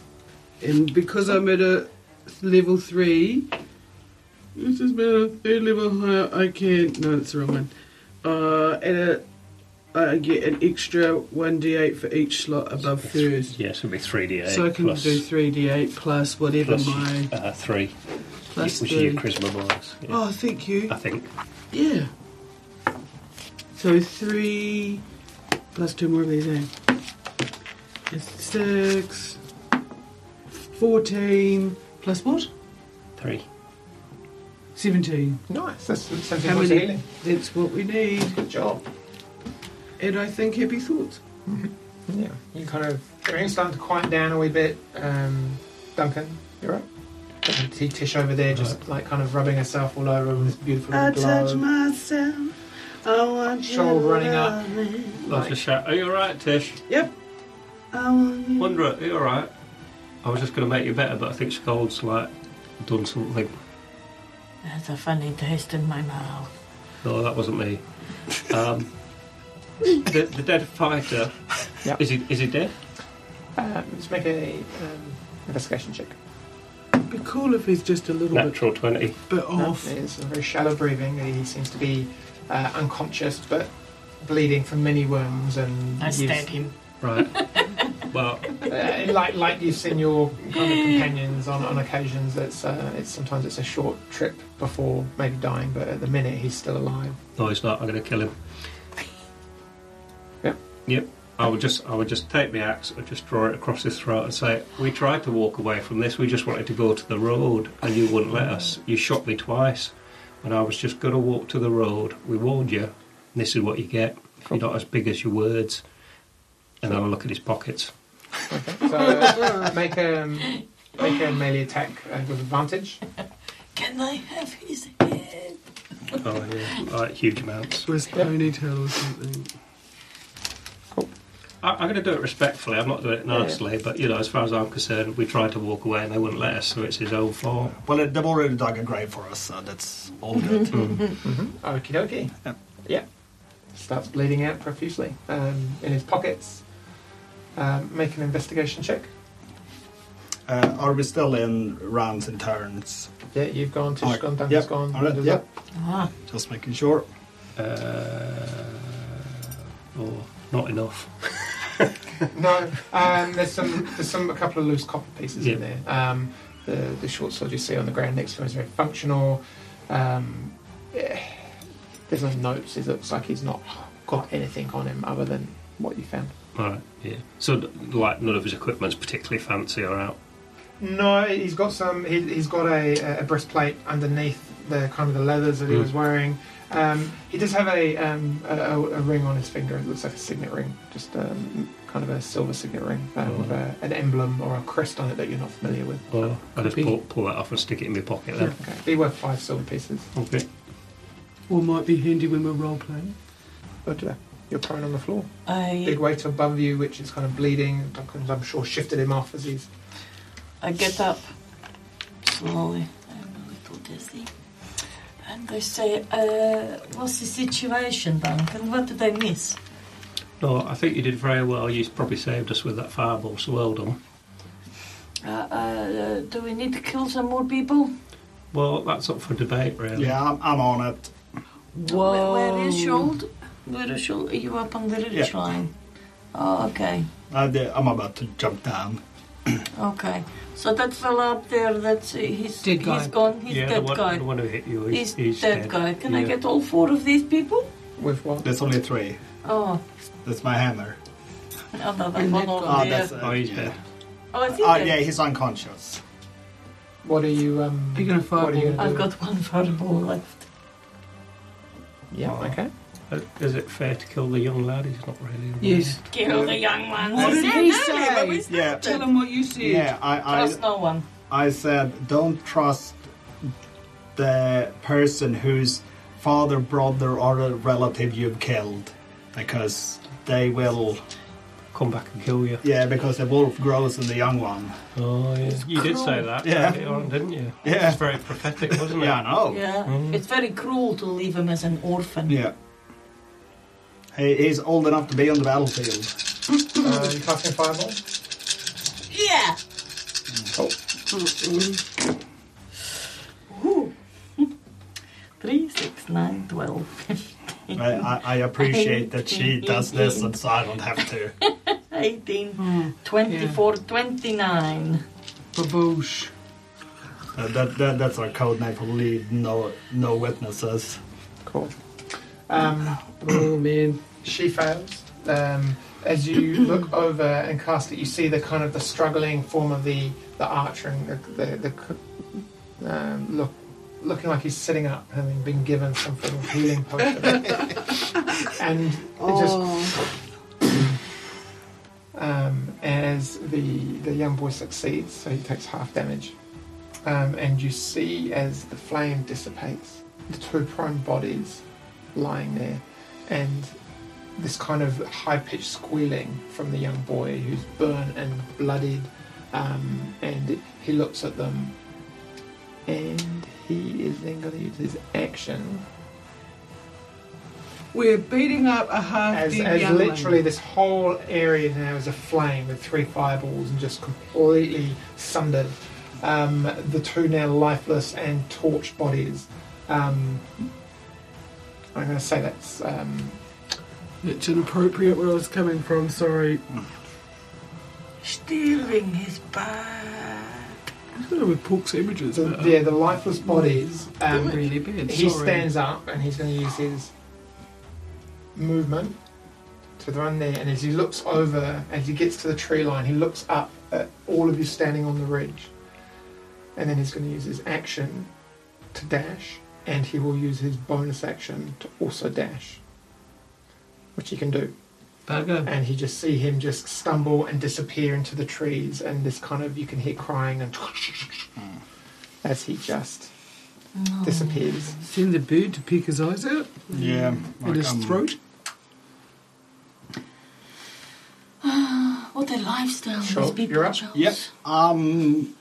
[SPEAKER 7] and because I'm at a level 3, this has been a third level higher, I can. No, that's the wrong one. Uh, at a I get an extra 1d8 for each slot above first.
[SPEAKER 3] yeah, so it'll be 3d8
[SPEAKER 7] So I can
[SPEAKER 3] plus,
[SPEAKER 7] do 3d8 plus whatever
[SPEAKER 3] plus,
[SPEAKER 7] my.
[SPEAKER 3] uh, 3,
[SPEAKER 7] Plus
[SPEAKER 3] which
[SPEAKER 7] the.
[SPEAKER 3] is your charisma bonus. yeah,
[SPEAKER 7] Oh, thank you.
[SPEAKER 3] I
[SPEAKER 2] Ah.
[SPEAKER 3] think.
[SPEAKER 7] Yeah. So 3 plus 2 more of these in. It's 6. 14 plus what?
[SPEAKER 3] 3.
[SPEAKER 7] 17.
[SPEAKER 2] Nice. That's something
[SPEAKER 7] How
[SPEAKER 2] was
[SPEAKER 7] many?
[SPEAKER 2] healing.
[SPEAKER 7] That's what we need.
[SPEAKER 2] Good job.
[SPEAKER 7] And I think happy thoughts.
[SPEAKER 2] Yeah. You kind of everything's starting to quiet down a wee bit. Um, Duncan, you're up. I can see Tish over there, just like kind of rubbing herself all over with this beautiful
[SPEAKER 5] I
[SPEAKER 2] glow.
[SPEAKER 5] touch myself. I want you
[SPEAKER 2] Shoulder
[SPEAKER 5] to
[SPEAKER 2] running
[SPEAKER 5] love me.
[SPEAKER 3] I'll just shout, Are you alright, Tish?
[SPEAKER 5] I want you.
[SPEAKER 3] Wonder, are you alright? I was just going to make you better, but I think Scold's like done something.
[SPEAKER 4] There's a funny taste in my mouth.
[SPEAKER 3] No, that wasn't me. Um, the, the dead fighter.
[SPEAKER 2] Yeah.
[SPEAKER 3] Is he is he dead?
[SPEAKER 2] Um, let's make a um, investigation check.
[SPEAKER 7] It'd be cool if he's just a little bit,
[SPEAKER 3] Natural twenty.
[SPEAKER 7] bit
[SPEAKER 2] No,
[SPEAKER 7] off.
[SPEAKER 2] It's a very shallow breathing. He seems to be uh, unconscious, but bleeding from many wounds, and
[SPEAKER 4] I
[SPEAKER 2] you've-
[SPEAKER 4] stab him.
[SPEAKER 3] Right. well,
[SPEAKER 2] uh, like like you've seen your kind of companions on, on occasions. It's uh, it's sometimes it's a short trip before maybe dying, but at the minute he's still alive.
[SPEAKER 3] no, he's not. I'm going to kill him.
[SPEAKER 2] Yeah.
[SPEAKER 3] Yep. I would just I would just take my axe and just draw it across his throat and say, "We tried to walk away from this. We just wanted to go to the road, and you wouldn't let us. You shot me twice, and I was just going to walk to the road. We warned you. This is what you get. You're not as big as your words." And then I look at his pockets.
[SPEAKER 2] So uh, make a make a melee attack uh, with advantage.
[SPEAKER 4] Can I have his head?
[SPEAKER 3] Oh, yeah. like huge amounts.
[SPEAKER 7] With his ponytail or something.
[SPEAKER 3] I, I'm going to do it respectfully. I'm not doing it nicely, but you know, as far as I'm concerned, we tried to walk away and they wouldn't let us, so it's his own fault.
[SPEAKER 6] Well, they've already dug a grave for us, so that's all good.
[SPEAKER 2] Okie dokie.
[SPEAKER 6] Yeah.
[SPEAKER 2] Yeah. Starts bleeding out profusely um, in his pockets. Um, make an investigation check.
[SPEAKER 6] Uh, are we still in rounds and turns?
[SPEAKER 2] Yeah, you've gone. Tish has
[SPEAKER 6] Alright.
[SPEAKER 2] gone. Duncan's
[SPEAKER 6] Yep.
[SPEAKER 2] gone.
[SPEAKER 6] Alright,
[SPEAKER 2] Linda's
[SPEAKER 6] yep.
[SPEAKER 2] up.
[SPEAKER 4] Ah,
[SPEAKER 6] Just making sure.
[SPEAKER 3] Uh, oh, not enough.
[SPEAKER 2] No, um, there's some, there's some, a couple of loose copper pieces in
[SPEAKER 3] Yeah.
[SPEAKER 2] there. Um, the the short sword you see on the ground next to him is very functional. Um, eh, there's no notes. It looks like he's not got anything on him other than what you found.
[SPEAKER 3] Right, yeah. So, like, none of his equipment's particularly fancy or out.
[SPEAKER 2] No, he's got some. He, he's got a, a breastplate underneath the kind of the leathers that he
[SPEAKER 3] Mm.
[SPEAKER 2] was wearing. Um, he does have a, um, a, a a ring on his finger. It looks like a signet ring, just um, kind of a silver signet ring um,
[SPEAKER 3] Oh.
[SPEAKER 2] with a, an emblem or a crest on it that you're not familiar with.
[SPEAKER 3] Well, Uh, I just
[SPEAKER 2] be.
[SPEAKER 3] pull, pull that off and stick it in my pocket then.
[SPEAKER 2] Okay, be worth five silver pieces.
[SPEAKER 3] Okay.
[SPEAKER 7] Or might be handy when we're role playing.
[SPEAKER 2] Go to that. You're prone on the floor. Big
[SPEAKER 4] I,
[SPEAKER 2] weight above you, which is kind of bleeding. Duncan's, I'm sure, shifted him off as he's.
[SPEAKER 4] I get up slowly. I'm a little does he? And they say, uh, what's the situation, Duncan? What did they miss?
[SPEAKER 3] No, I think you did very well. You probably saved us with that fireball, so well done.
[SPEAKER 4] Uh, uh, uh, do we need to kill some more people?
[SPEAKER 3] Well, that's up for debate, really.
[SPEAKER 6] Yeah, I'm, I'm on it.
[SPEAKER 4] Where, where is Shold? Where is Shold? Are you up on the ridge
[SPEAKER 6] Yeah.
[SPEAKER 4] line? Oh, okay.
[SPEAKER 6] I did- I'm about to jump down.
[SPEAKER 4] Okay. So that fella up there, that's uh, he's,
[SPEAKER 7] Dead guy.
[SPEAKER 4] he's gone. He's
[SPEAKER 3] yeah, the
[SPEAKER 4] dead
[SPEAKER 3] one,
[SPEAKER 4] guy.
[SPEAKER 3] The one who hit you. He's,
[SPEAKER 4] he's,
[SPEAKER 3] he's
[SPEAKER 4] dead,
[SPEAKER 3] dead
[SPEAKER 4] guy. Can I
[SPEAKER 3] Yeah.
[SPEAKER 4] get all four of these people?
[SPEAKER 2] With what?
[SPEAKER 6] There's only three.
[SPEAKER 4] Oh,
[SPEAKER 6] That's my hammer.
[SPEAKER 4] no, no, that
[SPEAKER 7] And
[SPEAKER 4] one
[SPEAKER 7] that
[SPEAKER 4] over
[SPEAKER 7] guy.
[SPEAKER 6] Oh,
[SPEAKER 4] there.
[SPEAKER 6] that's uh,
[SPEAKER 3] Oh, he's
[SPEAKER 6] yeah.
[SPEAKER 3] dead.
[SPEAKER 4] Oh, I think
[SPEAKER 6] Oh,
[SPEAKER 4] that-
[SPEAKER 6] yeah, he's unconscious.
[SPEAKER 2] What are you? Um,
[SPEAKER 7] You're gonna
[SPEAKER 2] what are you
[SPEAKER 7] fireball.
[SPEAKER 2] gonna
[SPEAKER 4] I've
[SPEAKER 2] do?
[SPEAKER 4] got one fireball left.
[SPEAKER 2] Yeah. Okay.
[SPEAKER 3] Uh, Is it fair to kill the young lad? He's not really. involved.
[SPEAKER 7] Yes.
[SPEAKER 4] Kill the young ones.
[SPEAKER 7] What did
[SPEAKER 4] I
[SPEAKER 7] he
[SPEAKER 4] said earlier,
[SPEAKER 7] say?
[SPEAKER 4] but we said
[SPEAKER 6] Yeah.
[SPEAKER 4] that.
[SPEAKER 7] Tell him what you said.
[SPEAKER 6] Yeah, I, I,
[SPEAKER 4] Trust no one.
[SPEAKER 6] I said, don't trust the person whose father, brother, or a relative you've killed, because they will.
[SPEAKER 3] Come back and kill you.
[SPEAKER 6] Yeah, because the wolf grows in the young one.
[SPEAKER 3] Oh, yeah. You did say that,
[SPEAKER 6] Yeah.
[SPEAKER 3] earlier on, didn't you?
[SPEAKER 6] Yeah.
[SPEAKER 3] It's very prophetic, wasn't it?
[SPEAKER 6] Yeah, I know.
[SPEAKER 4] Yeah, it's very cruel to leave him as an orphan.
[SPEAKER 6] Oh. Yeah. He, he's old enough to be on the battlefield.
[SPEAKER 2] Uh, you casting fireball.
[SPEAKER 4] Yeah. Oh. Mm-hmm. Ooh. Three, six, nine, twelve.
[SPEAKER 6] I, I, I appreciate that she does this, and so I don't have to.
[SPEAKER 4] 18, 24, 29.
[SPEAKER 7] Baboosh.
[SPEAKER 6] Uh, that, that, that's our code name for lead no no witnesses.
[SPEAKER 2] Cool. Um,
[SPEAKER 7] Oh man.
[SPEAKER 2] she fails. Um, as you look over and cast it, you see the kind of the struggling form of the, the archer and the, the, the c- um, look, looking like he's sitting up, having been given some sort of healing potion, and it just um, as the the young boy succeeds, so he takes half damage, um, and you see as the flame dissipates, the two prone bodies lying there, and this kind of high-pitched squealing from the young boy who's burnt and bloodied, um, and he looks at them, and he is then going to use his action
[SPEAKER 7] We're beating up a half
[SPEAKER 2] as,
[SPEAKER 7] dead
[SPEAKER 2] as
[SPEAKER 7] young
[SPEAKER 2] literally
[SPEAKER 7] lady.
[SPEAKER 2] this whole area now is aflame with three fireballs and just completely sundered. Um, the two now lifeless and torched bodies. Um, I'm going to say that's um,
[SPEAKER 7] It's inappropriate where I was coming from. Sorry.
[SPEAKER 4] Stealing his bag.
[SPEAKER 7] I don't know with pork sandwiches.
[SPEAKER 2] the,
[SPEAKER 7] but, uh,
[SPEAKER 2] yeah, the lifeless bodies.
[SPEAKER 7] they're
[SPEAKER 2] Um,
[SPEAKER 7] really bad.
[SPEAKER 2] He
[SPEAKER 7] sorry.
[SPEAKER 2] stands up and he's going to use his movement to run there. And as he looks over, as he gets to the tree line, he looks up at all of you standing on the ridge. And then he's going to use his action to dash, and he will use his bonus action to also dash, which he can do.
[SPEAKER 7] Bugger.
[SPEAKER 2] And you just see him just stumble and disappear into the trees, and this kind of you can hear crying and Hmm. as he just disappears.
[SPEAKER 7] Send the bird to pick his eyes out
[SPEAKER 6] Yeah, um,
[SPEAKER 7] and his
[SPEAKER 2] um,
[SPEAKER 7] throat.
[SPEAKER 4] What a lifestyle
[SPEAKER 2] Sure,
[SPEAKER 4] these people
[SPEAKER 2] you're up.
[SPEAKER 4] chose.
[SPEAKER 6] Yep, I'm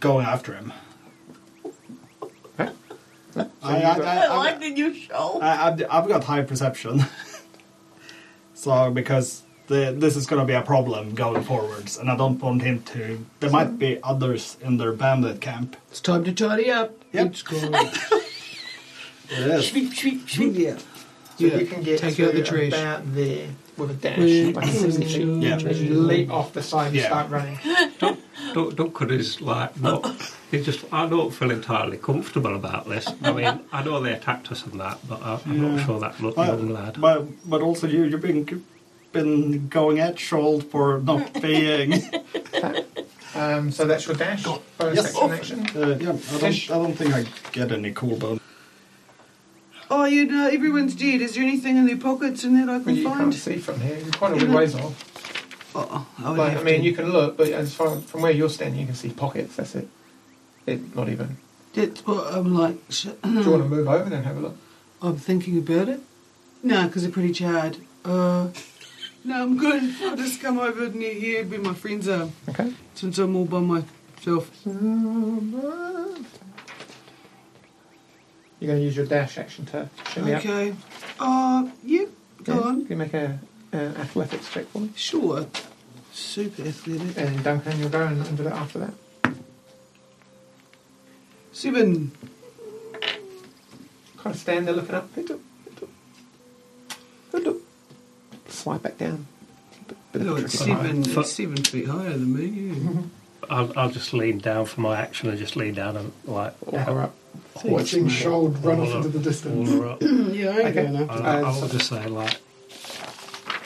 [SPEAKER 6] going after him. I, I, I,
[SPEAKER 4] I
[SPEAKER 6] I-
[SPEAKER 4] like the new show.
[SPEAKER 6] I, I've, I've got high perception. so, because the, this is going to be a problem going forwards, and I don't want him to. There might be others in their bandit camp.
[SPEAKER 7] It's time to tidy up.
[SPEAKER 6] Yep.
[SPEAKER 7] It's gone.
[SPEAKER 6] It is.
[SPEAKER 4] Shweep, shweep, shweep.
[SPEAKER 7] yeah.
[SPEAKER 2] So
[SPEAKER 7] Yeah,
[SPEAKER 2] you can get
[SPEAKER 7] take
[SPEAKER 2] to
[SPEAKER 7] out the trash.
[SPEAKER 2] about there with a dash,
[SPEAKER 7] With
[SPEAKER 2] like 60 feet.
[SPEAKER 6] Yeah.
[SPEAKER 2] As you leap off the side and
[SPEAKER 6] Yeah.
[SPEAKER 2] start running.
[SPEAKER 3] Duck, Duckwood is like not. He just. I don't feel entirely comfortable about this. I mean, I know they attacked us and that, but I, I'm not sure that look,
[SPEAKER 6] But,
[SPEAKER 3] young lad.
[SPEAKER 6] but, but also, you, you've been, been going at Shold for not being.
[SPEAKER 2] Um, so that's your dash, bonus
[SPEAKER 6] Yes.
[SPEAKER 2] action action.
[SPEAKER 6] Uh, yeah, I don't, I don't think I get any cool bonus.
[SPEAKER 7] Oh, you know, everyone's dead. Is there anything in their pockets and that I
[SPEAKER 2] Well,
[SPEAKER 7] can
[SPEAKER 2] you can't
[SPEAKER 7] find?
[SPEAKER 2] see from here. You're quite a wee ways off.
[SPEAKER 7] Oh, I would
[SPEAKER 2] Like, I
[SPEAKER 7] have
[SPEAKER 2] mean,
[SPEAKER 7] to.
[SPEAKER 2] you can look, but as far from where you're standing, you can see pockets. That's it. it not even.
[SPEAKER 7] That's what I'm like. Sh-
[SPEAKER 2] Do you want to move over and then have a look?
[SPEAKER 7] I'm thinking about it. No, because they're pretty charred. Uh, no, I'm good. I'll just come over near here where my friends uh, are
[SPEAKER 2] Okay.
[SPEAKER 7] since I'm all by myself.
[SPEAKER 2] You're going to use your dash action to shimmy up.
[SPEAKER 7] Okay. Uh, yeah, go
[SPEAKER 2] Yeah.
[SPEAKER 7] on.
[SPEAKER 2] Can you make a, an athletics check for me?
[SPEAKER 7] Sure. Super athletic.
[SPEAKER 2] And Duncan, you'll go and, and do that after that.
[SPEAKER 7] Seven.
[SPEAKER 2] Kind of stand there looking up. Hit up, hit up, hit up. Slide back down. Bit- bit of
[SPEAKER 7] Oh,
[SPEAKER 2] a
[SPEAKER 7] it's
[SPEAKER 2] tricky one.
[SPEAKER 7] seven,
[SPEAKER 3] Fuck.
[SPEAKER 7] it's seven feet higher than me. Yeah.
[SPEAKER 3] I'll, I'll just lean down for my action and just lean down and like
[SPEAKER 2] Or her up.
[SPEAKER 8] Watching Shold run off into the
[SPEAKER 3] All
[SPEAKER 8] distance.
[SPEAKER 3] her up.
[SPEAKER 7] yeah, I
[SPEAKER 2] Okay.
[SPEAKER 7] go now.
[SPEAKER 3] I,
[SPEAKER 2] Uh,
[SPEAKER 3] I
[SPEAKER 2] so-
[SPEAKER 3] would just say like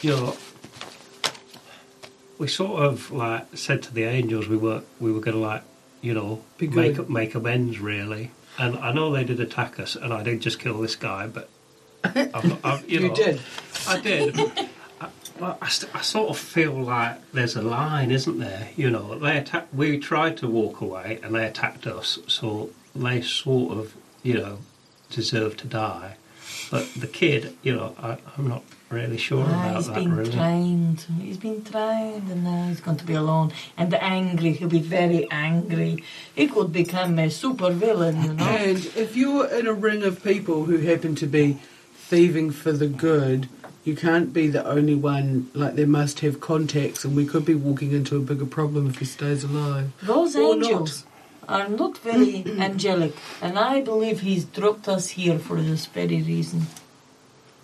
[SPEAKER 3] you're we sort of like said to the angels we were we were gonna like you know
[SPEAKER 7] Be good.
[SPEAKER 3] make make amends really and I know they did attack us and I did just kill this guy but I'm not, I'm, you,
[SPEAKER 7] You
[SPEAKER 3] know,
[SPEAKER 7] did.
[SPEAKER 3] I did I, but I, st- I sort of feel like there's a line isn't there you know they attack we tried to walk away and they attacked us so they sort of you know deserve to die but the kid, you know, I, I'm not really sure
[SPEAKER 4] Ah,
[SPEAKER 3] about
[SPEAKER 4] he's
[SPEAKER 3] that,
[SPEAKER 4] been
[SPEAKER 3] really.
[SPEAKER 4] trained. He's been trained, and now he's going to be alone and angry. He'll be very angry. He could become a super villain, you know.
[SPEAKER 7] And if you're in a ring of people who happen to be thieving for the good, you can't be the only one. Like, they must have contacts, and we could be walking into a bigger problem if he stays alive.
[SPEAKER 4] Those
[SPEAKER 7] Or not.
[SPEAKER 4] angels are not very angelic, and I believe he's dropped us here for this very reason.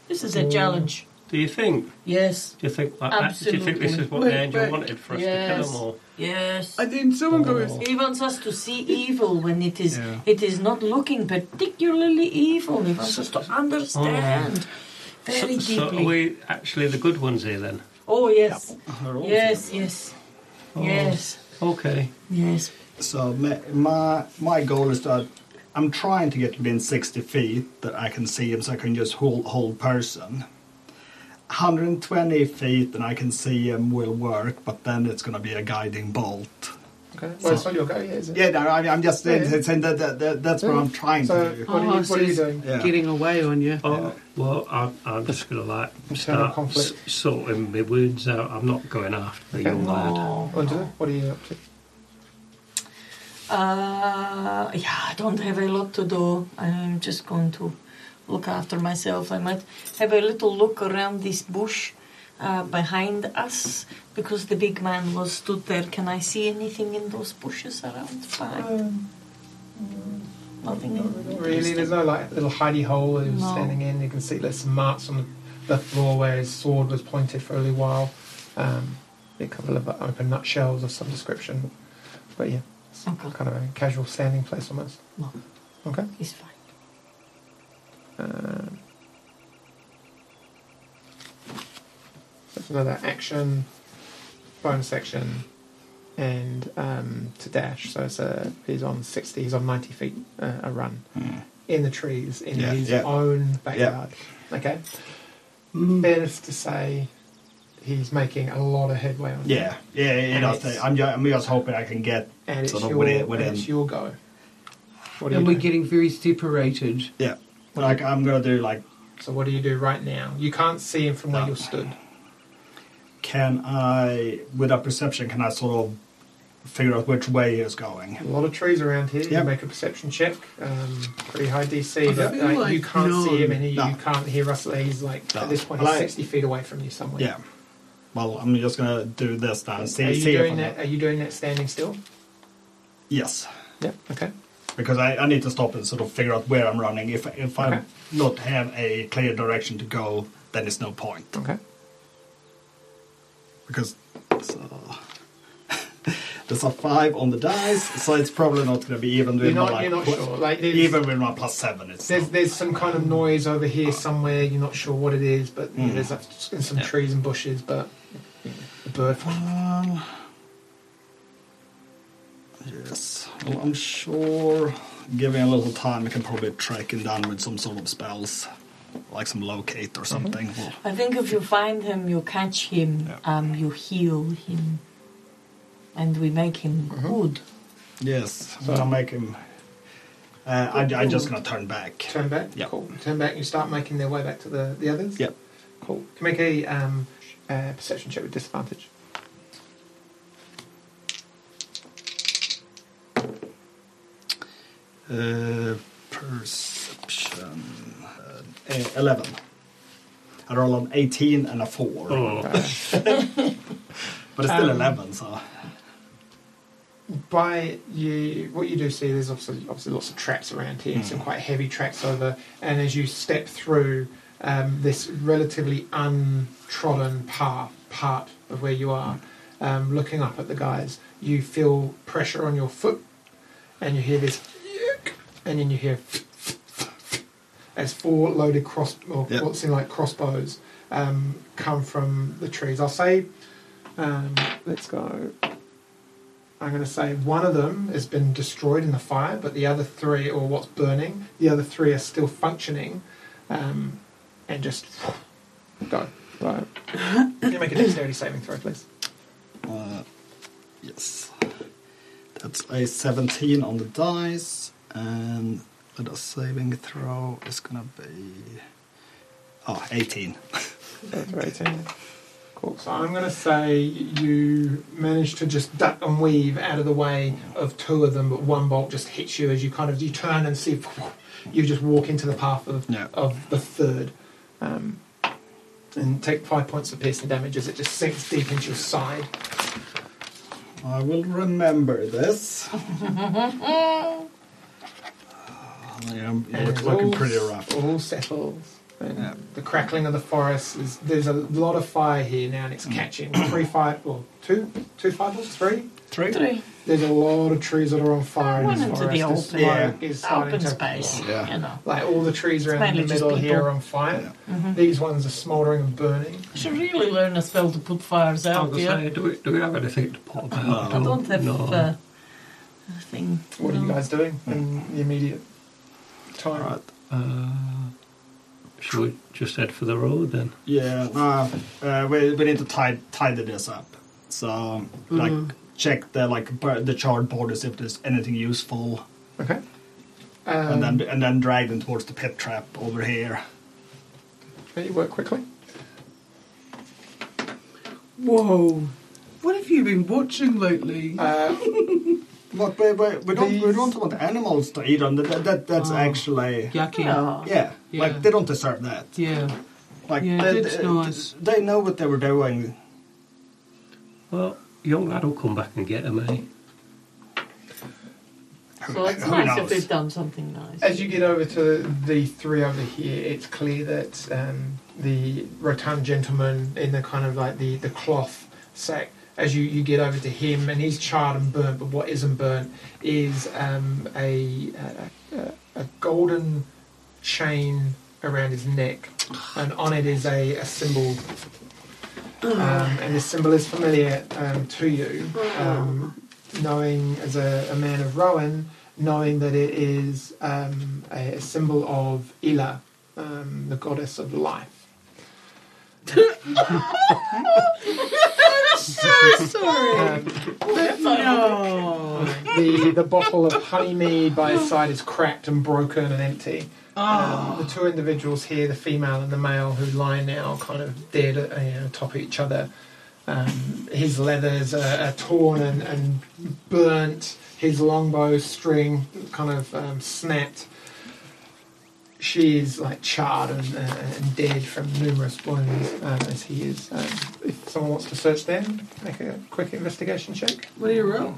[SPEAKER 4] This is a
[SPEAKER 3] Oh.
[SPEAKER 4] challenge.
[SPEAKER 3] Do you think? Do
[SPEAKER 4] Yes,
[SPEAKER 3] you think like that? Do you think this is what
[SPEAKER 7] Absolutely.
[SPEAKER 3] the angel
[SPEAKER 7] Wait, wait.
[SPEAKER 3] wanted for us to
[SPEAKER 4] Yes.
[SPEAKER 3] kill him? Or
[SPEAKER 4] yes.
[SPEAKER 7] And then someone goes,
[SPEAKER 4] He wants us to see evil when it is
[SPEAKER 3] Yeah.
[SPEAKER 4] it is not looking particularly evil. He wants us to understand very
[SPEAKER 3] Oh. so, so
[SPEAKER 4] deeply.
[SPEAKER 3] are we actually the good ones here then?
[SPEAKER 4] oh yes,
[SPEAKER 6] They're all
[SPEAKER 4] yes, yes,
[SPEAKER 3] Oh.
[SPEAKER 4] yes,
[SPEAKER 3] Okay.
[SPEAKER 4] yes.
[SPEAKER 6] So my, my my goal is that I'm trying to get within 60 feet that I can see him, so I can just hold hold person. 120 feet, and I can see him will work, but then it's going to be a guiding bolt.
[SPEAKER 2] Okay. Well, it's not your go yet, is it?
[SPEAKER 6] Yeah, no, I, I'm just saying,
[SPEAKER 2] Yeah. Mm.
[SPEAKER 6] saying that, that, that that's what I'm trying
[SPEAKER 2] So
[SPEAKER 6] to do.
[SPEAKER 2] what, are you,
[SPEAKER 7] Oh,
[SPEAKER 2] what are you
[SPEAKER 7] she's
[SPEAKER 2] doing?
[SPEAKER 6] Yeah.
[SPEAKER 7] getting away on you.
[SPEAKER 3] Oh well, I'm, I'm just gonna like start s-
[SPEAKER 2] conflict.
[SPEAKER 3] sorting my wounds out. I'm not going after the young lad.
[SPEAKER 4] Oh.
[SPEAKER 2] What, do you- what are you up to?
[SPEAKER 4] Uh, yeah, I don't have a lot to do. I'm just going to look after myself. I might have a little look around this bush uh, behind us because the big man was stood there. Can I see anything in those bushes around? Fine.
[SPEAKER 2] Um, mm,
[SPEAKER 4] Nothing. in-
[SPEAKER 2] not really, there's no like little hidey hole he was
[SPEAKER 4] No.
[SPEAKER 2] standing in. You can see there's some marks on the floor where his sword was pointed for a little while. Um, a couple of open nutshells of some description. But yeah, it's
[SPEAKER 4] Okay.
[SPEAKER 2] kind of a casual standing place almost.
[SPEAKER 4] No,
[SPEAKER 2] Okay.
[SPEAKER 4] he's fine.
[SPEAKER 2] Um, that's another action, bonus action, and um, to dash. So it's a, he's on 60, he's on 90 feet uh, a run in the trees in
[SPEAKER 6] Hmm. Yeah,
[SPEAKER 2] his
[SPEAKER 6] yeah. Mm-hmm.
[SPEAKER 2] own backyard. Okay?
[SPEAKER 7] Mm.
[SPEAKER 2] Fairness to say, he's making a lot of headway on
[SPEAKER 6] Yeah, yeah, yeah.
[SPEAKER 2] And
[SPEAKER 6] that's
[SPEAKER 2] it's-
[SPEAKER 6] it. I'm, just, I'm just hoping I can get.
[SPEAKER 2] you. And it's,
[SPEAKER 6] Sort of
[SPEAKER 2] your,
[SPEAKER 6] within- within-
[SPEAKER 2] and it's your go. What do
[SPEAKER 7] And
[SPEAKER 2] you
[SPEAKER 7] we're
[SPEAKER 2] do?
[SPEAKER 7] getting very separated.
[SPEAKER 6] Yeah. Like, I'm going to do, like,
[SPEAKER 2] so what do you do right now? You can't see him from where
[SPEAKER 6] No.
[SPEAKER 2] you stood.
[SPEAKER 6] can I, with a perception, can I sort of figure out which way he is going?
[SPEAKER 2] A lot of trees around here.
[SPEAKER 6] Yeah.
[SPEAKER 2] You make a perception check. Um, pretty high DC.
[SPEAKER 7] I
[SPEAKER 2] But,
[SPEAKER 7] feel
[SPEAKER 2] uh,
[SPEAKER 7] like
[SPEAKER 2] you can't see him
[SPEAKER 7] no.
[SPEAKER 2] and he,
[SPEAKER 6] No.
[SPEAKER 2] you can't hear us. He's like,
[SPEAKER 6] No.
[SPEAKER 2] at this point, he's
[SPEAKER 6] Well, I-
[SPEAKER 2] 60 feet away from you somewhere.
[SPEAKER 6] Yeah. Well, I'm just gonna do this now. See,
[SPEAKER 2] are, you
[SPEAKER 6] see if
[SPEAKER 2] doing
[SPEAKER 6] I-
[SPEAKER 2] that, are you doing that standing still?
[SPEAKER 6] Yes,
[SPEAKER 2] Yep. Okay.
[SPEAKER 6] because I, I need to stop and sort of figure out where I'm running. If if I
[SPEAKER 2] Okay.
[SPEAKER 6] not have a clear direction to go, then it's no point.
[SPEAKER 2] Okay.
[SPEAKER 6] Because so, there's a five on the dice, so it's probably not gonna be even
[SPEAKER 2] You're
[SPEAKER 6] with
[SPEAKER 2] not,
[SPEAKER 6] my
[SPEAKER 2] you're not
[SPEAKER 6] like,
[SPEAKER 2] sure. Like, there's,
[SPEAKER 6] even with my plus seven. It's
[SPEAKER 2] there's,
[SPEAKER 6] not-
[SPEAKER 2] there's some kind of noise over here somewhere. You're not sure what it is, but you know,
[SPEAKER 6] Mm.
[SPEAKER 2] there's like, in some trees and bushes, but you know, a bird.
[SPEAKER 6] Um, yes. Well, I'm sure, giving a little time, I can probably track him down with some sort of spells, like some locate or something. Well,
[SPEAKER 4] I think if you find him, you catch him,
[SPEAKER 6] Yeah.
[SPEAKER 4] um, you heal him, and we make him good.
[SPEAKER 6] yes. So I'll make him. Uh, I, I'm just gonna turn back.
[SPEAKER 2] Turn back.
[SPEAKER 6] Yeah.
[SPEAKER 2] Cool. Turn back. and You start making their way back to the, the others.
[SPEAKER 6] Yep.
[SPEAKER 2] Cool. Can make a um, uh, perception check with disadvantage.
[SPEAKER 6] Uh, perception. perception. Uh, eh, 11. I rolled an 18 and a 4.
[SPEAKER 3] Oh.
[SPEAKER 6] But it's still
[SPEAKER 2] Um,
[SPEAKER 6] 11, so.
[SPEAKER 2] by you, what you do see, there's obviously, obviously lots of traps around here, some quite heavy traps over, and as you step through um, this relatively untrodden path, part of where you are, um, looking up at the guys, you feel pressure on your foot, and you hear this, "Yuck," and then you hear as four loaded cross, or
[SPEAKER 6] Yep.
[SPEAKER 2] what seem like crossbows, um, come from the trees. I'll say, um, let's go. I'm going to say one of them has been destroyed in the fire, but the other three, or what's burning, the other three are still functioning, um, and just go. Right. Can you make a dexterity saving throw, please?
[SPEAKER 6] Uh, yes. That's a 17 on the dice, and the saving throw is gonna be. Oh, 18.
[SPEAKER 2] That's right, 18. Cool. So I'm going to say you managed to just duck and weave out of the way of two of them, but one bolt just hits you as you kind of you turn and see you just walk into the path of
[SPEAKER 6] Yeah.
[SPEAKER 2] of the third, um, and take five points of piercing damage as it just sinks deep into your side.
[SPEAKER 6] I will remember this. Uh, yeah, I'm- it
[SPEAKER 2] And
[SPEAKER 6] looks
[SPEAKER 2] it
[SPEAKER 6] looking
[SPEAKER 2] all-
[SPEAKER 6] pretty rough.
[SPEAKER 2] All settles. And
[SPEAKER 6] Yeah.
[SPEAKER 2] The crackling of the forest is there's a lot of fire here now, and it's
[SPEAKER 6] Mm.
[SPEAKER 2] catching three fire well two two fireballs three.
[SPEAKER 6] Three?
[SPEAKER 4] Three.
[SPEAKER 2] There's a lot of trees that are on fire in
[SPEAKER 4] One
[SPEAKER 2] this
[SPEAKER 4] into
[SPEAKER 2] forest.
[SPEAKER 4] the
[SPEAKER 2] This
[SPEAKER 4] open,
[SPEAKER 2] fire
[SPEAKER 6] Yeah.
[SPEAKER 2] is starting
[SPEAKER 4] open
[SPEAKER 2] to-
[SPEAKER 4] space.
[SPEAKER 6] Yeah.
[SPEAKER 4] You know.
[SPEAKER 2] Like all the trees around
[SPEAKER 4] mainly
[SPEAKER 2] the
[SPEAKER 4] just
[SPEAKER 2] middle here
[SPEAKER 4] people. Mm-hmm.
[SPEAKER 2] are on fire. These ones are smouldering and burning.
[SPEAKER 4] I should really learn a spell to put fires
[SPEAKER 3] I was
[SPEAKER 4] out
[SPEAKER 3] gonna
[SPEAKER 4] there.
[SPEAKER 3] say, do we, do we have anything to put about?
[SPEAKER 4] I don't have
[SPEAKER 3] No.
[SPEAKER 4] uh, a thing.
[SPEAKER 2] What are you
[SPEAKER 4] No.
[SPEAKER 2] guys doing in the immediate time?
[SPEAKER 6] Right.
[SPEAKER 3] Uh, should we just head for the road then?
[SPEAKER 6] Yeah, no, uh, we, we need to tie tidy this up. So, like, check the like bur- the charred borders if there's anything useful,
[SPEAKER 2] Okay. Um,
[SPEAKER 6] and then and then drag them towards the pit trap over here.
[SPEAKER 2] can you work quickly?
[SPEAKER 7] Whoa. What have you been watching lately?
[SPEAKER 2] Uh,
[SPEAKER 6] Look, we, we, we don't we
[SPEAKER 2] These-
[SPEAKER 6] don't want animals to eat them. That, that that's actually yeah.
[SPEAKER 7] Yucky.
[SPEAKER 4] No.
[SPEAKER 7] Yeah.
[SPEAKER 6] like they don't deserve that.
[SPEAKER 7] Yeah.
[SPEAKER 6] Like
[SPEAKER 7] Yeah,
[SPEAKER 6] they,
[SPEAKER 7] that's
[SPEAKER 6] they,
[SPEAKER 7] nice.
[SPEAKER 6] they know what they were doing.
[SPEAKER 3] Well, young lad will come back and get him, eh?
[SPEAKER 4] So it's
[SPEAKER 6] Who
[SPEAKER 4] nice if
[SPEAKER 6] knows?
[SPEAKER 4] they've done something nice.
[SPEAKER 2] As you get over to the three over here, it's clear that um, the rotund gentleman in the kind of like the, the cloth sack, as you, you get over to him, and he's charred and burnt, but what isn't burnt is um, a, a, a, a golden chain around his neck, and on it is a, a symbol. Um, and this symbol is familiar um, to you, um, knowing as a, a man of Rowan knowing that it is um, a, a symbol of Ila, um, the goddess of life. Um,
[SPEAKER 7] No.
[SPEAKER 2] the, the bottle of honey mead by his side is cracked and broken and empty. Um, the two individuals here, the female and the male, who lie now kind of dead uh, you know, atop each other. Um, his leathers are, are torn and, and burnt. His longbow string kind of um, snapped. She is like charred and, uh, and dead from numerous wounds, um, as he is. Um, if someone wants to search them, make a quick investigation check.
[SPEAKER 7] What do you roll?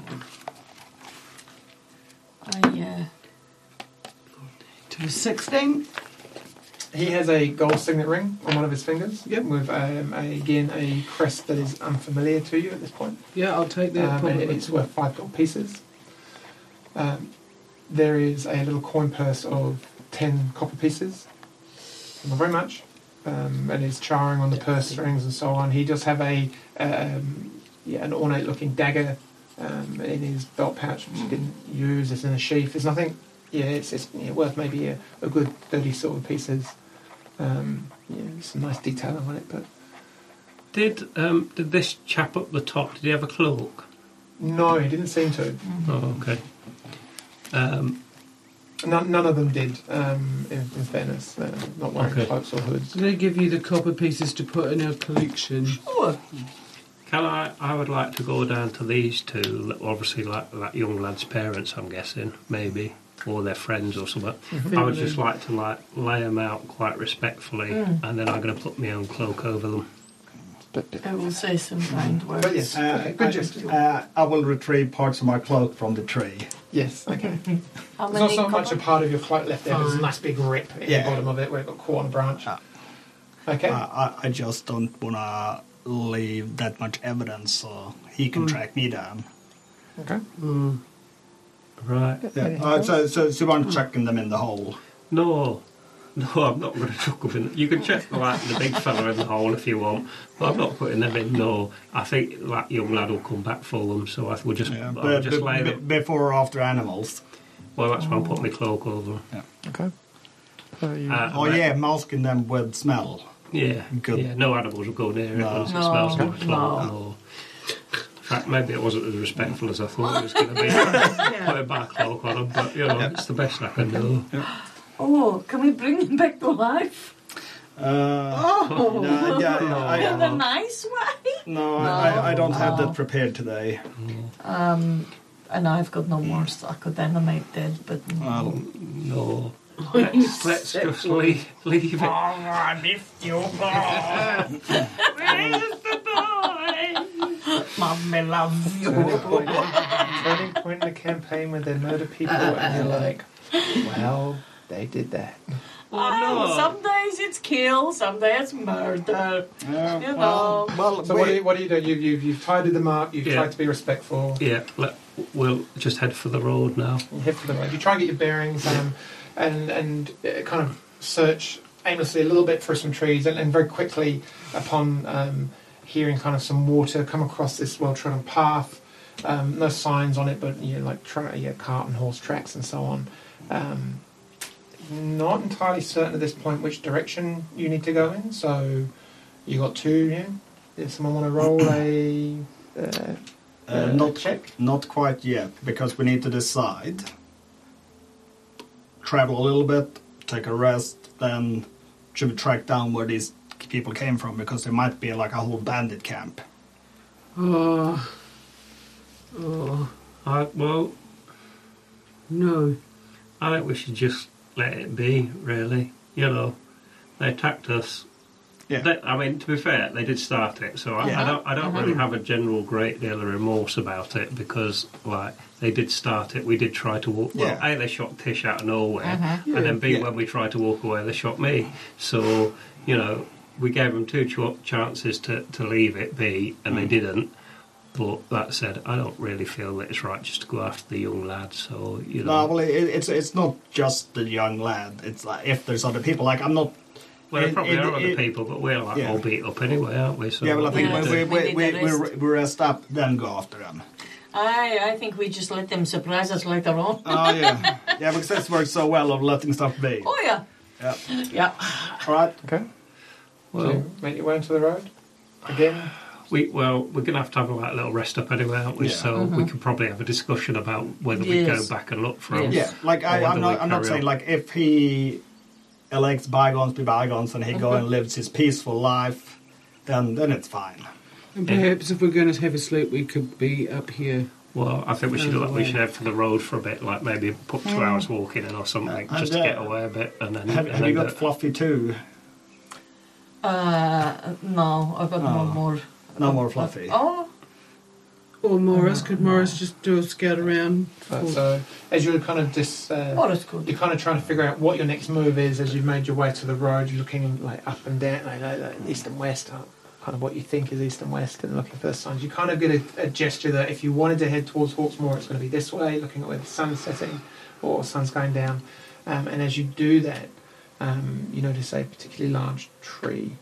[SPEAKER 4] I, uh,
[SPEAKER 7] To 16?
[SPEAKER 2] He has a gold signet ring on one of his fingers.
[SPEAKER 7] Yep.
[SPEAKER 2] With um, a, again a crest that is unfamiliar to you at this point.
[SPEAKER 7] Yeah, I'll take that.
[SPEAKER 2] um, and
[SPEAKER 7] probably.
[SPEAKER 2] it's worth five gold pieces. Um, there is a little coin purse of ten copper pieces. Not very much. Um, and he's charring on the purse strings and so on. He does have a um, yeah, an ornate looking dagger um, in his belt pouch, which he didn't use. It's in a sheath. There's nothing. Yeah, it's, it's yeah, worth maybe a, a good thirty silver pieces. Um, yeah, some nice detail on it, but
[SPEAKER 3] Did um, did this chap up the top? Did he have a cloak?
[SPEAKER 2] no, he didn't seem to.
[SPEAKER 3] Oh, okay. Um,
[SPEAKER 2] None, none of them did, um, in, in fairness. Uh, not wearing
[SPEAKER 3] Okay.
[SPEAKER 2] cloaks or hoods.
[SPEAKER 7] I'm going to give you the copper pieces to put in our collection.
[SPEAKER 3] can I? I would like to go down to these two. that were Obviously, like that young lad's parents. I'm guessing maybe. or their friends or something.
[SPEAKER 6] Mm-hmm.
[SPEAKER 3] I would just like to like lay them out quite respectfully,
[SPEAKER 6] Mm.
[SPEAKER 3] and then I'm going to put my own cloak over them.
[SPEAKER 4] I will say some kind words.
[SPEAKER 2] But yes,
[SPEAKER 6] Uh,
[SPEAKER 2] okay,
[SPEAKER 6] I,
[SPEAKER 2] good gesture.
[SPEAKER 6] uh, I will retrieve parts of my cloak from the tree.
[SPEAKER 8] Yes, okay.
[SPEAKER 4] How
[SPEAKER 2] There's not
[SPEAKER 4] many
[SPEAKER 2] so much a
[SPEAKER 4] copper?
[SPEAKER 2] part of your cloak left there. There's a
[SPEAKER 7] Fine.
[SPEAKER 2] nice big rip in
[SPEAKER 6] Yeah.
[SPEAKER 2] the bottom of it where it got caught on a branch.
[SPEAKER 6] Ah.
[SPEAKER 2] Okay.
[SPEAKER 6] I, Uh, I, I just don't want to leave that much evidence so he can track me down.
[SPEAKER 8] Okay.
[SPEAKER 3] Right?
[SPEAKER 6] Yeah. Uh, so, so, so you aren't chucking them in the hole.
[SPEAKER 3] No, no, I'm not going to chuck them in. You can check the like the big fella in the hole if you want, but I'm not putting them in. No, I think that young lad will come back for them, so I will just
[SPEAKER 6] Yeah.
[SPEAKER 3] I'll
[SPEAKER 6] Be-
[SPEAKER 3] just
[SPEAKER 6] be-
[SPEAKER 3] lay
[SPEAKER 6] be-
[SPEAKER 3] them.
[SPEAKER 6] before or after animals.
[SPEAKER 3] Well, that's why I put my cloak over. them.
[SPEAKER 8] Okay. So you,
[SPEAKER 3] Uh,
[SPEAKER 6] Oh
[SPEAKER 3] and
[SPEAKER 6] yeah, masking them with smell.
[SPEAKER 3] Yeah,
[SPEAKER 6] Good.
[SPEAKER 3] Yeah, no animals will go near
[SPEAKER 6] No.
[SPEAKER 3] it once it
[SPEAKER 4] No.
[SPEAKER 3] smells like
[SPEAKER 4] No.
[SPEAKER 3] cloth. No. In fact, maybe it wasn't as respectful as I thought it was going to be. Putting my cloak on them, but you know, it's the best I can do.
[SPEAKER 4] Oh, can we bring them back to life?
[SPEAKER 6] Uh, no, yeah, yeah,
[SPEAKER 4] In
[SPEAKER 6] I,
[SPEAKER 4] a nice way?
[SPEAKER 6] no, I, I don't have that prepared today.
[SPEAKER 4] Um, and I've got no more, so I could animate that, but.
[SPEAKER 6] Well,
[SPEAKER 3] No. Let's, let's just leave, leave it.
[SPEAKER 2] I missed you.
[SPEAKER 4] Mummy loves you.
[SPEAKER 2] turning point, turning point in the campaign when they murder people
[SPEAKER 6] Ah.
[SPEAKER 2] and you're like, well, they did that.
[SPEAKER 4] Oh, Some days it's kill, some days it's murder.
[SPEAKER 6] yeah,
[SPEAKER 4] You
[SPEAKER 6] well,
[SPEAKER 4] know.
[SPEAKER 6] well,
[SPEAKER 2] So
[SPEAKER 6] we-
[SPEAKER 2] what do you, what do you do? You, you've, you've tidied them up, you've
[SPEAKER 3] Yeah.
[SPEAKER 2] tried to be respectful,
[SPEAKER 3] Yeah, let, we'll just head for the road now.
[SPEAKER 2] you hit for the road. You try and get your bearings um, and, and uh, kind of search aimlessly a little bit for some trees and, and very quickly upon um, hearing kind of some water come across this well-trodden path. Um, no signs on it, but you know, like tra- yeah, cart and horse tracks and so on. Um, not entirely certain at this point which direction you need to go in. So you got two. Yeah, if someone want to roll a uh,
[SPEAKER 6] uh, not
[SPEAKER 2] check,
[SPEAKER 6] Not quite yet, because we need to decide. Travel a little bit, take a rest, then should we track down where these people came from? Because there might be like a whole bandit camp.
[SPEAKER 7] Oh, oh,
[SPEAKER 3] I, well,
[SPEAKER 7] no.
[SPEAKER 3] I think we should just let it be, really. You know, they attacked us.
[SPEAKER 6] Yeah.
[SPEAKER 3] They, I mean, to be fair, they did start it, so I, I
[SPEAKER 6] Yeah. Mm-hmm.
[SPEAKER 3] don't, I don't really have a general great deal of remorse about it because, like, they did start it. We did try to walk. Well,
[SPEAKER 6] Yeah.
[SPEAKER 3] A, they shot Tish out of nowhere, and then B,
[SPEAKER 6] Yeah.
[SPEAKER 3] when we tried to walk away, they shot me. So, you know, we gave them two ch- chances to, to leave it be, and
[SPEAKER 6] Mm.
[SPEAKER 3] they didn't. But that said, I don't really feel that it's right just to go after the young lad. So, you know.
[SPEAKER 6] No, well, it, it's it's not just the young lad. It's like if there's other people. Like I'm not.
[SPEAKER 3] Well, there
[SPEAKER 6] it-
[SPEAKER 3] probably
[SPEAKER 6] it-
[SPEAKER 3] are other
[SPEAKER 6] it-
[SPEAKER 3] people, but we're like
[SPEAKER 6] Yeah.
[SPEAKER 3] all beat up anyway, aren't we? So
[SPEAKER 6] Yeah, well, I think
[SPEAKER 4] Yeah,
[SPEAKER 6] when
[SPEAKER 4] we
[SPEAKER 6] we,
[SPEAKER 4] need
[SPEAKER 6] we, we,
[SPEAKER 4] the
[SPEAKER 6] we,
[SPEAKER 4] rest.
[SPEAKER 6] we rest up, then go after them.
[SPEAKER 4] I, I think we just let them surprise us later on.
[SPEAKER 6] Oh yeah, yeah, because that's worked so well of letting stuff be.
[SPEAKER 4] Oh, yeah.
[SPEAKER 6] Yeah.
[SPEAKER 4] Yeah.
[SPEAKER 6] All right.
[SPEAKER 8] okay.
[SPEAKER 3] well,
[SPEAKER 2] to make your way onto the road again.
[SPEAKER 3] we well we're gonna have to have like, a little rest up anyway, aren't we?
[SPEAKER 6] Yeah.
[SPEAKER 3] So we can probably have a discussion about whether we go
[SPEAKER 4] Mm-hmm. Yes.
[SPEAKER 3] back and look for 'em.
[SPEAKER 4] Yes.
[SPEAKER 6] Yeah, like I,
[SPEAKER 3] Or
[SPEAKER 6] I'm
[SPEAKER 3] do
[SPEAKER 6] not.
[SPEAKER 3] we
[SPEAKER 6] I'm not
[SPEAKER 3] carry
[SPEAKER 6] saying
[SPEAKER 3] on?
[SPEAKER 6] like if he elects bygones be bygones and he go and lives his peaceful life, then then it's fine.
[SPEAKER 7] And perhaps if we're going to have a sleep, we could be up here.
[SPEAKER 3] Well, I think we should
[SPEAKER 7] Over
[SPEAKER 3] like, we
[SPEAKER 4] Mm-hmm.
[SPEAKER 7] there.
[SPEAKER 3] should head for the road for a bit, like maybe put two hours walking in or something,
[SPEAKER 6] Uh,
[SPEAKER 3] just
[SPEAKER 6] and,
[SPEAKER 3] to get
[SPEAKER 6] uh,
[SPEAKER 3] away a bit, and then
[SPEAKER 6] Have,
[SPEAKER 3] and
[SPEAKER 6] have
[SPEAKER 3] then
[SPEAKER 6] you got
[SPEAKER 3] go-
[SPEAKER 6] Fluffy too?
[SPEAKER 4] Uh, no, I've got
[SPEAKER 6] Oh.
[SPEAKER 4] no more.
[SPEAKER 6] No more Fluffy.
[SPEAKER 4] Oh,
[SPEAKER 7] Or Morris, could Morris just do a scout around?
[SPEAKER 2] Right,
[SPEAKER 7] for-
[SPEAKER 2] so uh, as you're kind of dis, uh,
[SPEAKER 4] oh, that's good.
[SPEAKER 2] you're kind of trying to figure out what your next move is as you've made your way to the road. You're looking like up and down, like, like, like east and west, uh, kind of what you think is east and west, and looking for the signs. You kind of get a, a gesture that if you wanted to head towards Hawksmoor, it's going to be this way, looking at where the sun's setting or sun's going down. Um, and as you do that, um, you notice a particularly large tree,